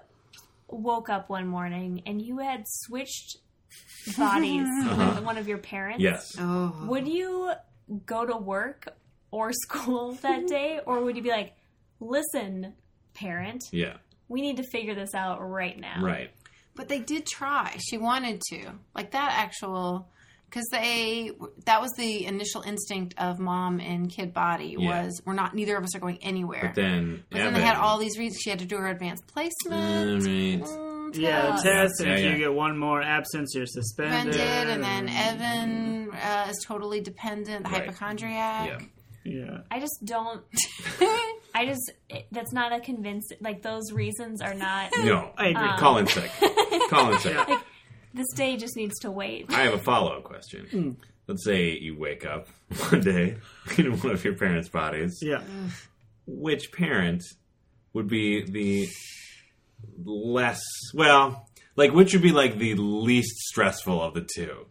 woke up one morning and you had switched
<laughs>
bodies with one of your parents,
Yes.
Oh.
would you go to work or <laughs> school
<laughs>
that day? Or would you be like, listen, parent,
Yeah.
we need to figure this out right
Oh.
now?
Right.
But they did try. She wanted to. Like that actual because they that was the initial instinct of mom and kid body
Yeah.
was we're not neither of us are going anywhere.
But then.
But then they had all these reasons. She had to do her advanced placement. <laughs>
Right.
mm,
Yeah,
test,
test.
Yeah,
and if
yeah.
you get one more absence, you're
Rented,
suspended.
and then Evan uh, is totally dependent,
Right. Yeah.
hypochondriac.
Yeah.
I just don't. I just. it- That's not a convincing. Like, those reasons are not. <laughs>
No.
I agree.
Call in
<laughs>
sick. Call in sick.
This day just needs to wait.
I have a follow up question. Let's say you wake up <laughs> one day in one of your parents' bodies.
Yeah.
Mm.
Which parent would be the less, well, like, which would be like the least stressful of the two?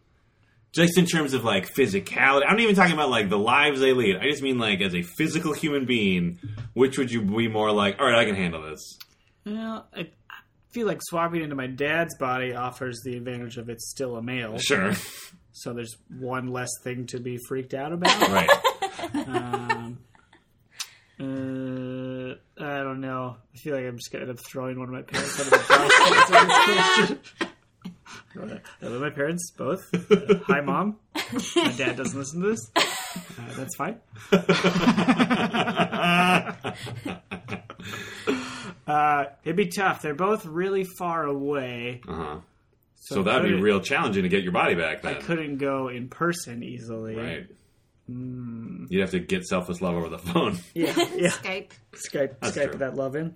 Just in terms of like physicality. I'm not even talking about like the lives they lead. I just mean like as a physical human being, which would you be more like, all right, I can handle this?
Well, I I feel like swapping into my dad's body offers the advantage of it's still a male,
Sure.
so there's one less thing to be freaked
<laughs>
out about.
right. <laughs>
um, uh, I don't know. I feel like I'm just gonna end up throwing one of my parents under the bus. That's a
<laughs>
<laughs> good question. I love my parents both. Uh, hi, mom. My dad doesn't listen to this. Uh, that's fine. Uh, it'd be tough. They're both really far away.
Uh huh. So that would be
couldn't-
real challenging to get your body back
I
then.
couldn't go in person easily.
Right.
Hmm.
You'd have to get selfless love over the <laughs> phone.
Yeah. <laughs>
<laughs>
yeah.
Skype.
Skype
That's
Skype
true.
that love
<laughs>
in.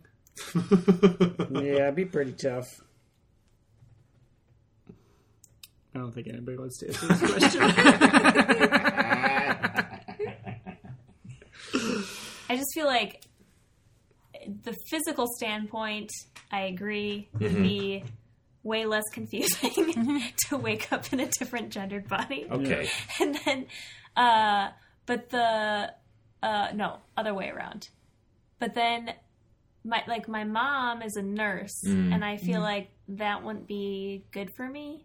yeah, it'd be pretty tough. I don't think anybody wants to
<laughs>
answer this question.
I just feel like the physical standpoint, I agree, would
Mm-hmm.
be way less confusing <laughs> to wake up in a different gendered body.
Okay.
<laughs> And then, uh, but the, uh, no, other way around. But then, my like my mom is a nurse,
Mm.
and I
Mm.
feel like that wouldn't be good
<laughs>
for me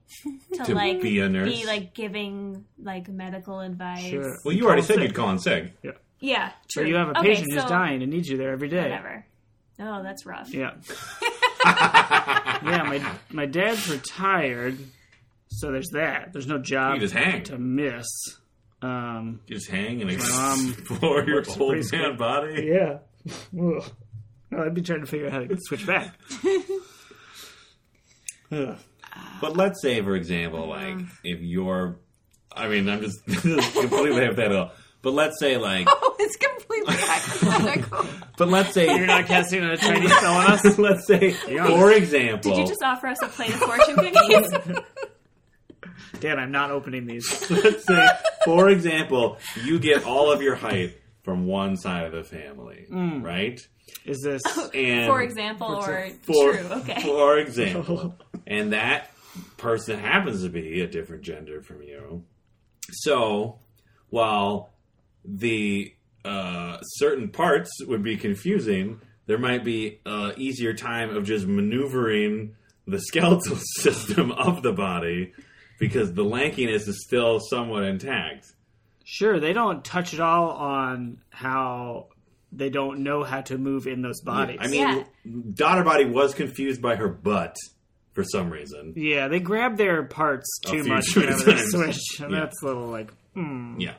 to,
To
like
be a nurse?
be like giving like medical advice.
Sure.
Well, you already
Call
said
sick.
you'd call in sick.
Yeah,
so
true.
you have a
Okay,
patient who's
so-
dying and needs you there every day.
Whatever. Oh, that's rough. <laughs>
Yeah. yeah, my my dad's retired, so there's that. There's no
You
job
just hang.
to miss. Um,
You just hang and
mom
explore <laughs> your
works at
old
preschool.
man body.
yeah. <laughs> Ugh. I Oh, I'd be trying to figure out how to switch back. Ugh.
But let's say, for example, like if you're, I mean, I'm just <laughs> this is completely hypothetical. But let's say, like,
Oh, it's completely
<laughs>
hypothetical.
but let's say
<laughs> <laughs> You're not casting a Chinese <laughs> spell on us.
<laughs> let's say, for example,
Did you just offer us a plate
<laughs>
of fortune cookies?
Dan, I'm not opening these.
let's say, for example, you get all of your height from one side of the family, right?
Is this
Oh.
And
for example, or
for, <laughs>
true? Okay.
for example, and that person happens to be a different gender from you. So, while the uh, certain parts would be confusing, there might be a easier time of just maneuvering the skeletal <laughs> system of the body because the lankiness is still somewhat intact.
sure? They don't touch at all on how they don't know how to move in those bodies.
I mean,
Yeah.
daughter body was confused by her butt for some reason.
yeah, they grab their parts
A
too
few <laughs>
much whenever they
times.
switch, and
Yeah.
that's a little like
Yeah.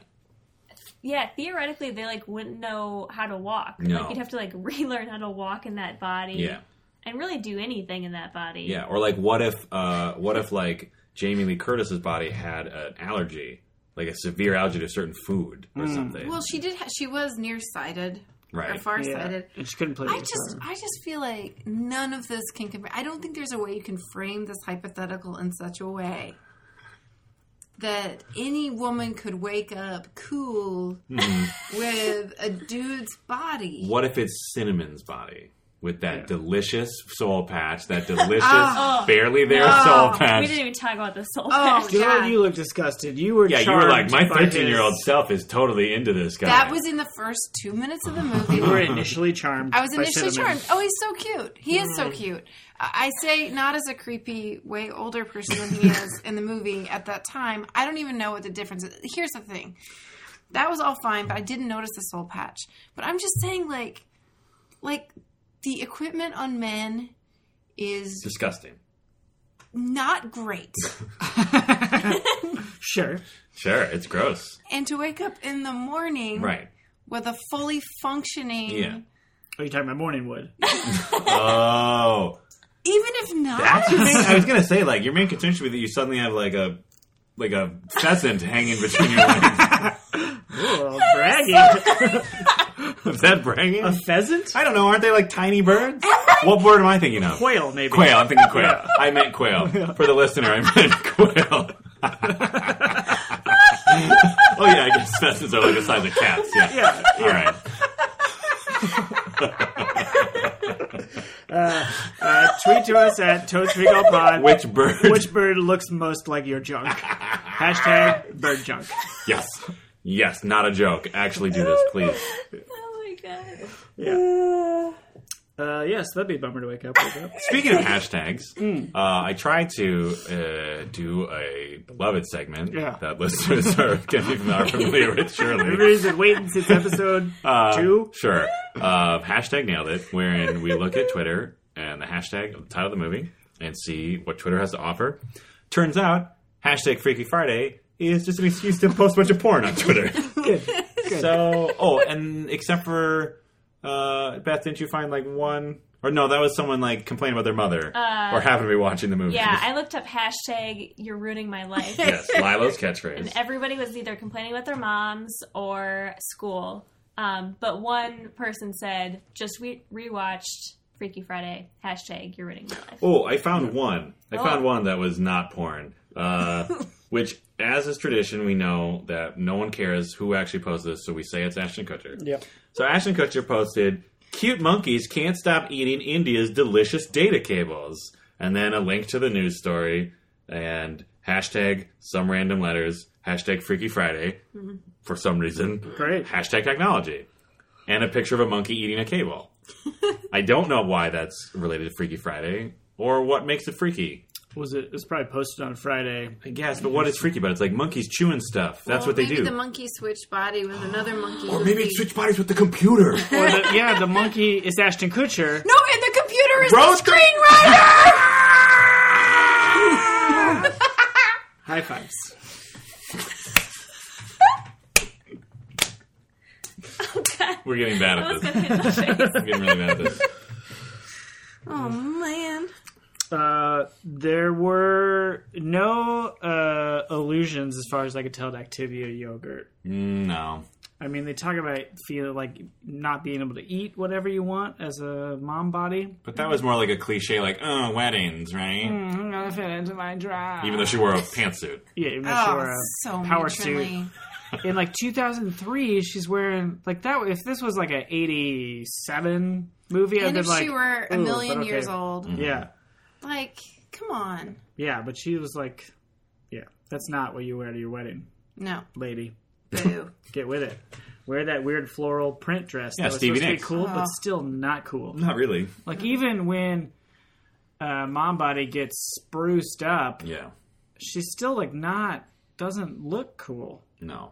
Yeah, theoretically, they like wouldn't know how to walk.
No.
Like you'd have to like <laughs> relearn how to walk in that body.
Yeah.
and really do anything in that body.
Yeah, or like what if uh what if like Jamie Lee Curtis's body had an allergy, like a severe allergy to certain food or something.
well, she did. Ha- she was nearsighted or
right.
yeah,
farsighted.
and she couldn't play.
I
the
just,
guitar.
I just feel like none of this can compare. I don't think there's a way you can frame this hypothetical in such a way that any woman could wake up cool with a dude's body.
Mm-hmm. What if it's Cinnamon's body? With that delicious soul patch, that
<laughs>
delicious barely there soul
Oh. We
patch.
didn't even talk about the soul
Oh,
patch.
Dylan,
God.
you look disgusted. You were
Yeah, you
charmed
were like, my
by his-
13 year old self is totally into this guy.
That was in the first two minutes of the movie.
You were initially charmed.
I was
by
initially
cinnamon.
charmed. Oh, he's so cute. He is
Mm-hmm.
so cute. I I say not as a creepy, way older person than he is in the movie at that time. I don't even know what the difference is. Here's the thing. That was all fine, but I didn't notice the soul patch. But I'm just saying, like, like the equipment on men is
disgusting. <laughs>
not great.
Sure.
Sure, it's gross.
and to wake up in the morning
Right.
with a fully functioning,
Yeah.
Are you talking about
<laughs>
morning wood?
Oh.
even if not,
That's your main, I was gonna say, like, your main contention would be that you suddenly have like a like a pheasant hanging between your legs. <laughs>
Oh, bragging.
<laughs>
Is that bragging?
A pheasant?
I don't know. Aren't they like tiny birds? what bird am I thinking of?
Quail, maybe.
Quail. I'm thinking quail. I meant <laughs> quail. For the listener, I meant quail. <laughs> oh yeah, I guess pheasants are like the size of cats. Yeah.
Yeah.
All right.
Uh, tweet to us at ToadSweetGallPod.
Which bird?
Which bird looks most like your junk? Hashtag bird junk.
Yes. Yes. Not a joke. Actually, do this, please.
<laughs> Oh my god.
Uh, yes, that'd be a bummer to wake up with. though.
Speaking of hashtags, uh, I try to uh, do a beloved segment
Yeah.
that listeners <laughs> are, are familiar with, surely.
Everybody's been waiting
<laughs>
since episode two.
Sure. Uh, hashtag nailed it, wherein we look at Twitter and the hashtag of the title of the movie and see what Twitter has to offer. Turns out, hashtag Freaky Friday is just an excuse to post a bunch of porn on Twitter.
Good. Good.
so, oh, and except for uh, Beth, didn't you find like one? Or no, that was someone like complaining about their mother or happened to be watching the movie.
Yeah, I looked up hashtag you're ruining my life.
<laughs> yes, Lilo's catchphrase.
And everybody was either complaining about their moms or school. Um, but one person said, just re- rewatched Freaky Friday. Hashtag you're ruining my life.
Oh, I found one. I found one that was not porn. Uh, which, as is tradition, we know that no one cares who actually posted this, so we say it's Ashton Kutcher.
Yep.
So Ashton Kutcher posted, "Cute monkeys can't stop eating India's delicious data cables," and then a link to the news story and hashtag some random letters, hashtag Freaky Friday for some reason,
Great.
hashtag technology, and a picture of a monkey eating a
<laughs>
cable. I don't know why that's related to Freaky Friday or what makes it freaky.
Was it? It was probably posted on Friday. <laughs>
I guess, but what is freaky about it? It's like monkeys chewing stuff. That's
Well,
what they
maybe
do.
The monkey switched body with another monkey.
or maybe it's switch bodies with the
<laughs>
computer.
Or the, yeah, the monkey is Ashton Kutcher.
No, and the computer is
Road
the
trip.
screenwriter.
High fives.
We're getting bad
That
at
was
this.
gonna hit my face.
<laughs>
I'm getting really mad at this.
Oh man.
Uh, there were no uh, allusions, as far as I could tell, to Activia yogurt.
Mm, No.
I mean, they talk about feel like not being able to eat whatever you want as a mom body.
But that was more like a cliche, like, oh, weddings, right?
Mm. Mm-hmm,
I'm gonna fit into my dress.
Even though she wore a pantsuit.
yeah, even though she
Oh,
wore a
so
power
matronly.
suit. In like 2003, she's wearing like that. If this was like an 87 movie, I'd
And
been
if
like,
she were a
"Ooh,
million
but okay." Mm.
years old,
yeah,
like, come on.
yeah, but she was like, yeah, that's not what you wear to your wedding, <laughs>
No.
lady.
Boo.
Get with it. Wear that weird floral print dress
Yeah,
that was
Stevie
supposed to be
Nicks.
cool,
Oh.
but still not cool.
Not really.
Like even when uh, Mom Body gets spruced up,
Yeah.
she's still like not doesn't look cool.
No.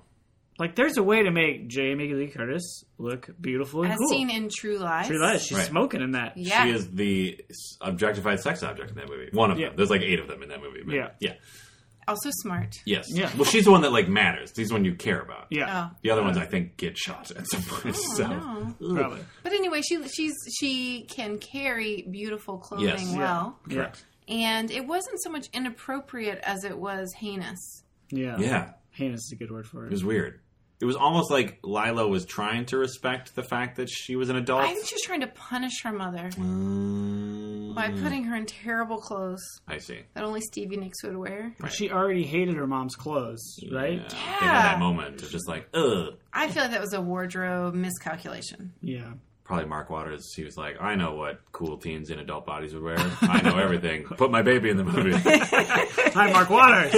Like there's a way to make Jamie Lee Curtis look beautiful and
As
cool.
seen in True Lies.
True lies, she's
Right.
smoking in that.
Yeah.
She is the s- objectified sex object in that movie. One of
Yeah.
them. There's like eight of them in that movie. but-
Yeah.
Yeah.
also smart.
Yes.
Yeah.
Well, she's the one that like matters. She's the one you care about.
Yeah,
Oh.
The other ones, I think, get shot at some point. so.
no.
probably.
But anyway, she she's she can carry beautiful clothing
Yes. Yeah.
well.
Correct.
And it wasn't so much inappropriate as it was heinous.
Yeah,
Yeah.
Heinous is a good word for
It
it.
was weird. It was almost like Lila was trying to respect the fact that she was an adult.
I think she was trying to punish her mother
Mm,
by putting her in terrible clothes
I see.
that only Stevie Nicks would wear.
But She already hated her mom's clothes,
Yeah.
right? Yeah.
They had that moment. It's just like, ugh.
I feel like that was a wardrobe miscalculation.
Probably Mark Waters. He was like, I know what cool teens in adult bodies would wear. I know
<laughs>
everything. Put my baby in the movie. <laughs>
Hi, Mark Waters.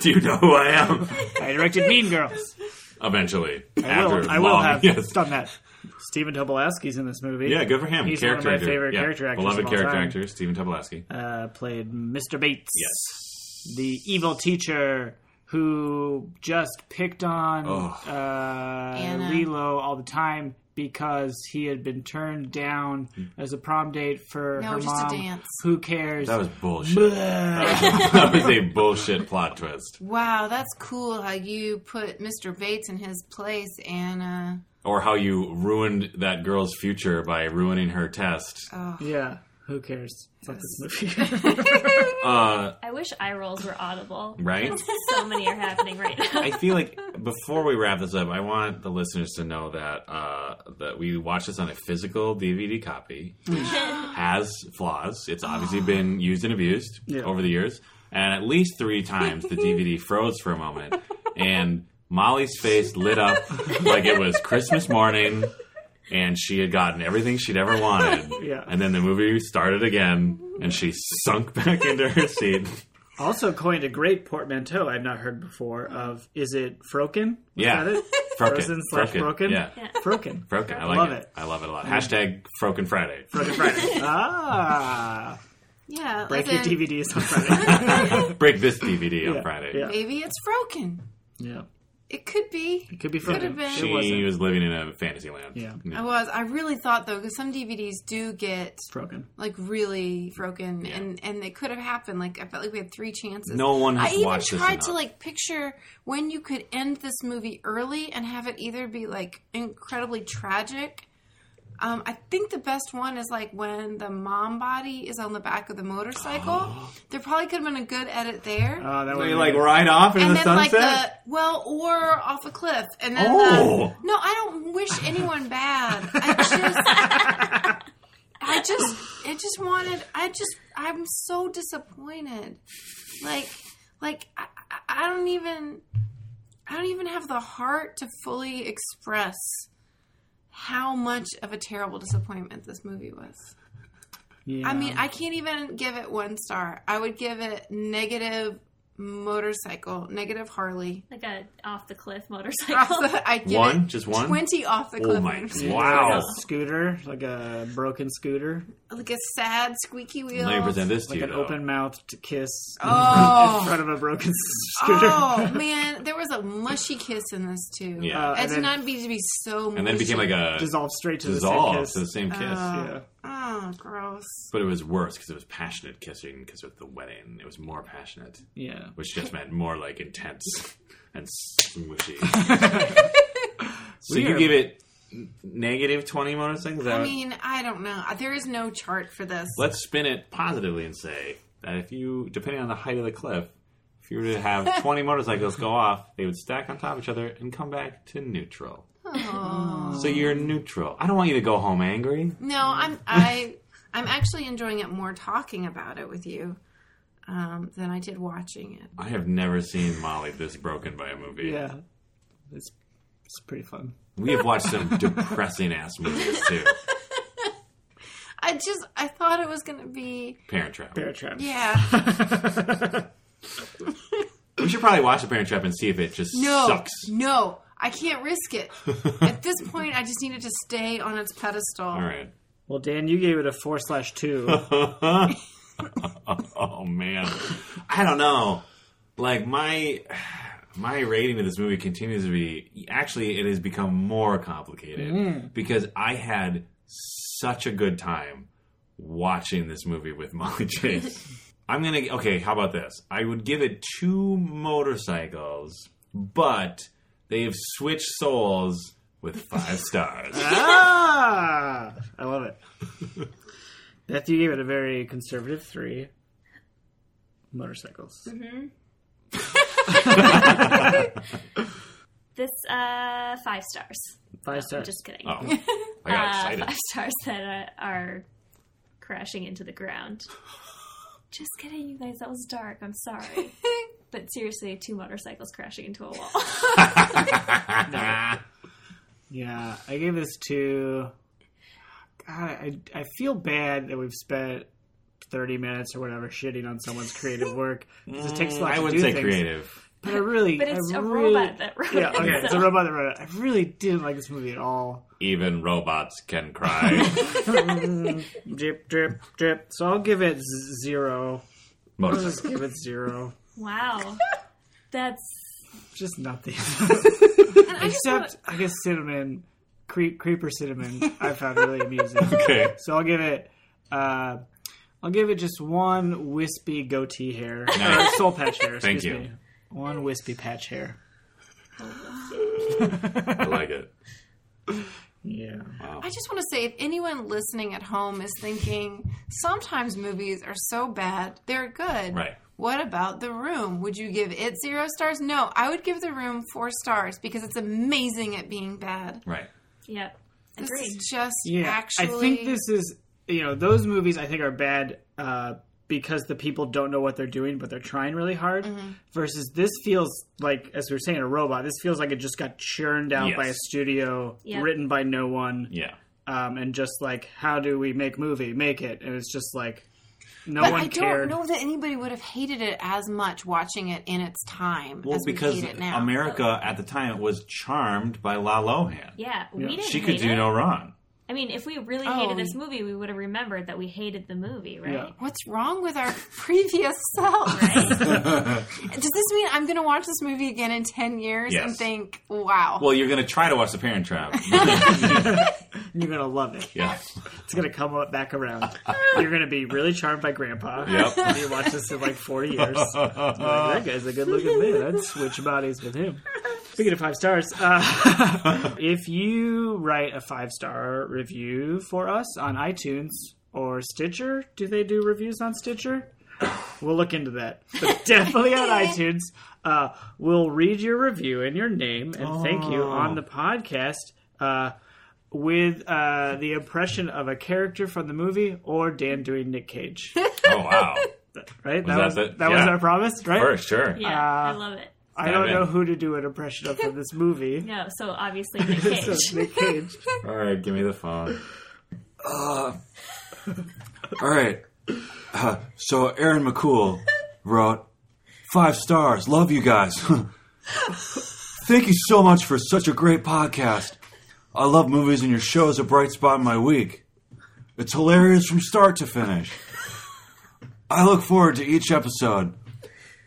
Do you know who I am?
I directed Mean Girls.
Eventually,
I will, I will
long-
have
<laughs> yes.
done that. Stephen Tobolowsky's in this movie.
Yeah, good for him.
He's
character
one of
actor.
my favorite
Yeah.
character actors.
Beloved
of all
character
time.
actor Stephen Tobolowsky.
Uh, played Mr. Bates.
yes.
the evil teacher who just picked on
Ugh.
uh, Lilo all the time because he had been turned down
Hmm.
as a prom date for
No,
her
just a
mom.
dance.
Who cares?
<laughs> That was bullshit. that was a bullshit plot twist.
Wow, that's cool how you put Mr. Bates in his place, uh, Anna.
Or how you ruined that girl's future by ruining her test.
<laughs> yeah. Who cares? Fuck this movie. <laughs>
Uh,
<laughs> I wish eye rolls were audible.
right?
<laughs> So many are happening right now.
I feel like before we wrap this up, I want the listeners to know that uh, that we watched this on a physical DVD copy, which has flaws. It's obviously been used and abused
Ah. Yeah.
over the years, and at least three times the
<laughs>
DVD froze for a moment, and Molly's face lit up like it was Christmas morning. And she had gotten everything she'd ever wanted.
Yeah.
And then the movie started again, and she sunk back into her
<laughs>
seat.
also coined a great portmanteau I've not heard before of is it Froken? Was
Yeah.
that it?
<laughs>
Froken.
Frozen slash
Froken.
Broken?
Yeah.
Yeah.
Froken.
Froken. I like
Love
it.
it.
I love it a lot. Hashtag Froken
<laughs>
Friday. <laughs>
Froken
<laughs>
Friday. ah.
Yeah,
Break your
as in,
DVDs
<laughs>
on Friday.
Break this DVD on
Yeah,
Friday.
yeah.
Maybe it's broken.
yeah.
It could be.
Could be
Could
Froken.
have been.
It wasn't.
She was living in a fantasy land.
Yeah.
I was. I really thought though, because some DVDs do get
Froken.
like really broken, and and it could have happened. Like I felt like we had three chances.
No one has
I even
watched this
tried to
enough.
like picture when you could end this movie early and have it either be like incredibly tragic. Um, I think the best one is like when the mom body is on the back of the motorcycle.
<gasps>
There probably could have been a good edit there.
Oh, that
They
would
like ride off into
and
the
then like
sunset.
the well or off a cliff and then
Oh.
the, no i don't wish anyone bad
<laughs>
i just i just it just wanted i just i'm so disappointed like like i, I- I don't even i don't even have the heart to fully express how much of a terrible disappointment this movie was
Yeah.
I mean, I can't even give it one star. I would give it negative motorcycle, negative Harley.
Like a off the cliff
<laughs> Off
motorcycle.
the- I'd give
one,
it
just one.
twenty off the cliff.
Oh
<laughs>
my!
motorcycle.
Wow.
a scooter, like a broken scooter,
Like a sad squeaky wheel.
Let me present this to
like
you.
an
though.
open mouthed kiss in
Oh,
<laughs> front of a broken scooter.
oh man, there was a mushy kiss in this too.
Yeah.
Uh,
That's
and then
not be to be so. Mushy.
and then it became like a dissolve,
dissolved straight to the
to the
same kiss.
same kiss.
Uh.
Yeah.
oh gross.
but it was worse because it was passionate kissing because with the wedding it was more passionate,
Yeah.
which just meant more <laughs> like intense and smooshy. so
We
you
are-
give it negative twenty bonus thing? Is that
I
what-
mean, I don't know. There is no chart for this.
let's spin it positively and say that if you, depending on the height of the cliff, if you were to have 20 motorcycles go off, they would stack on top of each other and come back to neutral. So you're neutral. I don't want you to go home angry.
Oh.
Mm.
No, I'm I I'm actually enjoying it more talking about it with you um, than I did watching it.
I have never seen Molly this broken by a movie.
Yeah, it's it's pretty fun.
We have watched some depressing ass movies too.
I just I thought it was gonna be
Parent Trap.
Bear trap.
<laughs>
yeah.
We should probably watch the Parent Trap and see if it just
No,
sucks.
no, I can't
<laughs>
risk it. At this point, I just need it to stay on its pedestal.
All right.
Well, Dan, you gave it a four
<laughs>
slash two.
Oh man, I don't know. Like my my rating of this movie continues to be actually it has become more complicated
Hmm.
because I had such a good time watching this movie with
<laughs>
Molly Chase. I'm gonna okay. How about this? I would give it two motorcycles, but they've switched souls with five stars.
<laughs> ah, I love it.
<laughs>
Beth, you gave it a very conservative three. Motorcycles.
<laughs>
Mm-hmm.
This uh, five stars.
Five stars.
Just kidding.
Oh, I got
uh,
<laughs>
excited. <laughs>
five stars that are, are crashing into the
<laughs>
ground. Just kidding, you guys. That was dark. I'm sorry.
<laughs>
but seriously, two motorcycles crashing into a wall. <laughs>
Yeah, I gave this to. God, I I feel bad that we've spent thirty minutes or whatever shitting on someone's creative work 'cause it takes a lot
Mm, I
to
wouldn't
do
say
things.
creative.
But I really,
But it's
I
a
really-
robot that wrote
Yeah,
it,
okay, it's
so-
a robot that wrote it. I really didn't like this movie at all.
Even robots can cry.
<laughs>
Drip, drip, drip. So I'll give it z- zero. I'll
Motorcycle.
just give it zero.
wow. That's
Just nothing.
And I just
Except, I guess cinnamon, creep, creeper cinnamon. I found really
<laughs>
amusing.
Okay.
So I'll give it. Uh, I'll give it just one wispy goatee hair,
Nice.
or soul patch
<laughs>
hair.
Thank
excuse
you.
Me. One wispy patch hair.
I like it.
Yeah.
<laughs> I just want to say, if anyone listening at home is thinking, sometimes movies are so bad, they're good.
Right.
What about The Room? Would you give it zero stars? No, I would give The Room four stars because it's amazing at being bad.
Right.
yep.
This
Agreed.
is just
Yeah.
actually.
I think this is you know those movies I think are bad uh, because the people don't know what they're doing but they're trying really hard.
Mm-hmm.
Versus this feels like as we were saying a robot. This feels like it just got churned out by a
Yes.
studio,
Yeah.
written by no one.
Yeah.
um, and just like how do we make movie make it and it's just like no
But
one
I
cared
don't know that anybody would have hated it as much watching it in its time
Well,
as we
because
hate it now.
America at the time was charmed by La Lohan.
Yeah, we didn't.
She could
hate
do
it.
no <laughs> wrong.
I mean, if we really
Oh,
hated this
we-
movie, we would have remembered that we hated the movie, right?
Yeah.
What's wrong with our <laughs> previous selves? Does this mean I'm going to watch this movie again in 10 years
Yes.
and think, wow,
Well, you're going to try to watch The Parent Trap.
<laughs>
you're gonna love it
yeah. <laughs>
it's gonna come up back around you're gonna be really charmed by grandpa
Yep.
When you watch this in like 40 years You're like,
Oh,
that guy's a good looking man i'd switch bodies with him speaking of five stars uh, <laughs> if you write a five star review for us on itunes or stitcher do they do reviews on stitcher We'll look into that. But definitely on iTunes. Uh, we'll read your review and your name and thank you on the podcast uh, with uh, the impression of a character from the movie or Dan doing Nick Cage.
Oh, wow.
Right?
that
was
the-
that was
yeah.
our promise, right?
For sure.
Yeah, I love it.
I don't
Got it.
know who to do an impression of from this
<laughs>
movie.
No, so obviously Nick
So
Cage.
it's Nick Cage.
All right, give me the phone. Uh, all right. Uh, so Aaron McCool wrote five stars. Love you guys. <laughs> Thank you so much for such a great podcast. I love movies, and your show is a bright spot in my week. It's hilarious from start to finish. I look forward to each episode.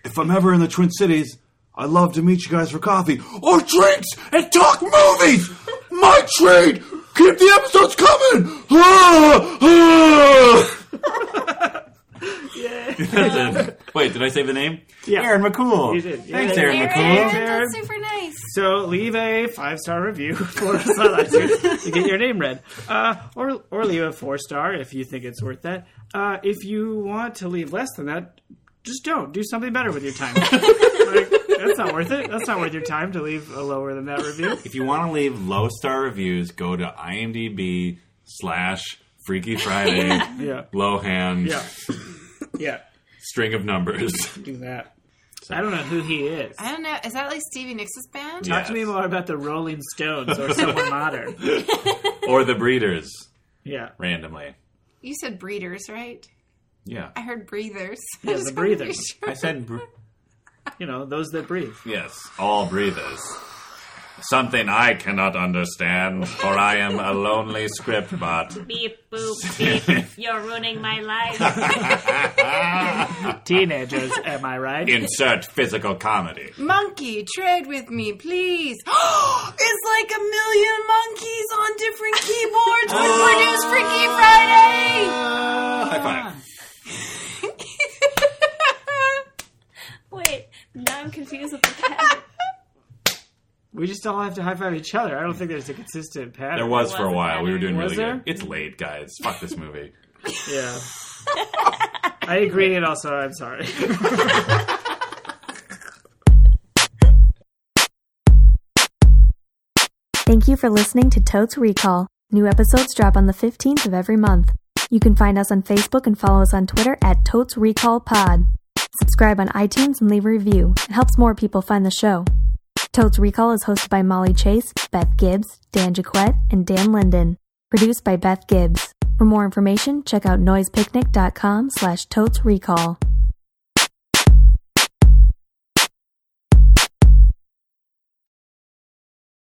If I'm ever in the Twin Cities, I'd love to meet you guys for coffee or drinks and talk movies. My trade. Keep the episodes <laughs> coming. Ah, Wait, did I say the name?
Yeah.
Aaron McCool.
You did.
Thanks,
Yeah.
Aaron
Aaron,
McCool.
that's super nice.
So leave a five star review <laughs> for us on iTunes to get your name read, uh, or or leave a four star if you think it's worth that. Uh, if you want to leave less than that, just don't. Do something better with your time. like, that's not worth it. That's not worth your time to leave a lower than that review.
If you want to leave low star reviews, go to IMDb slash Freaky Friday
<laughs> Yeah,
Lohan
yeah, yeah.
string of numbers.
Do that. I don't know who he is.
I don't know. Is that like Stevie Nicks' band?
Yeah.
Talk to me more about the Rolling Stones or someone modern.
or the breeders
Yeah.
randomly.
You said breeders, right?
Yeah,
I heard breathers. <laughs>
Yeah, the breathers.
I said br-
You know, those that breathe.
yes. All breathers. Something I cannot understand, for I am a lonely script bot.
Beep, boop, beep. You're ruining my life.
Teenagers, am I right?
Insert physical comedy.
Monkey, trade with me, please. <gasps> it's like a million monkeys on different keyboards would produce Freaky Friday.
Uh, high five.
<laughs>
Wait, now I'm confused with the cat.
We just all have to high five each other. I don't think there's a consistent pattern.
There was for a while. We were doing
Was
really
there?
good. It's late, guys. Fuck this movie.
Yeah. I agree, and also I'm sorry.
Thank you for listening to Totes Recall. New episodes drop on the 15th of every month. You can find us on Facebook and follow us on Twitter at Totes Recall Pod. Subscribe on iTunes and leave a review. It helps more people find the show. Totes Recall is hosted by Molly Chase, Beth Gibbs, Dan Jaquette, and Dan Linden. Produced by Beth Gibbs. For more information, check out noisepicnic.com slash totes recall.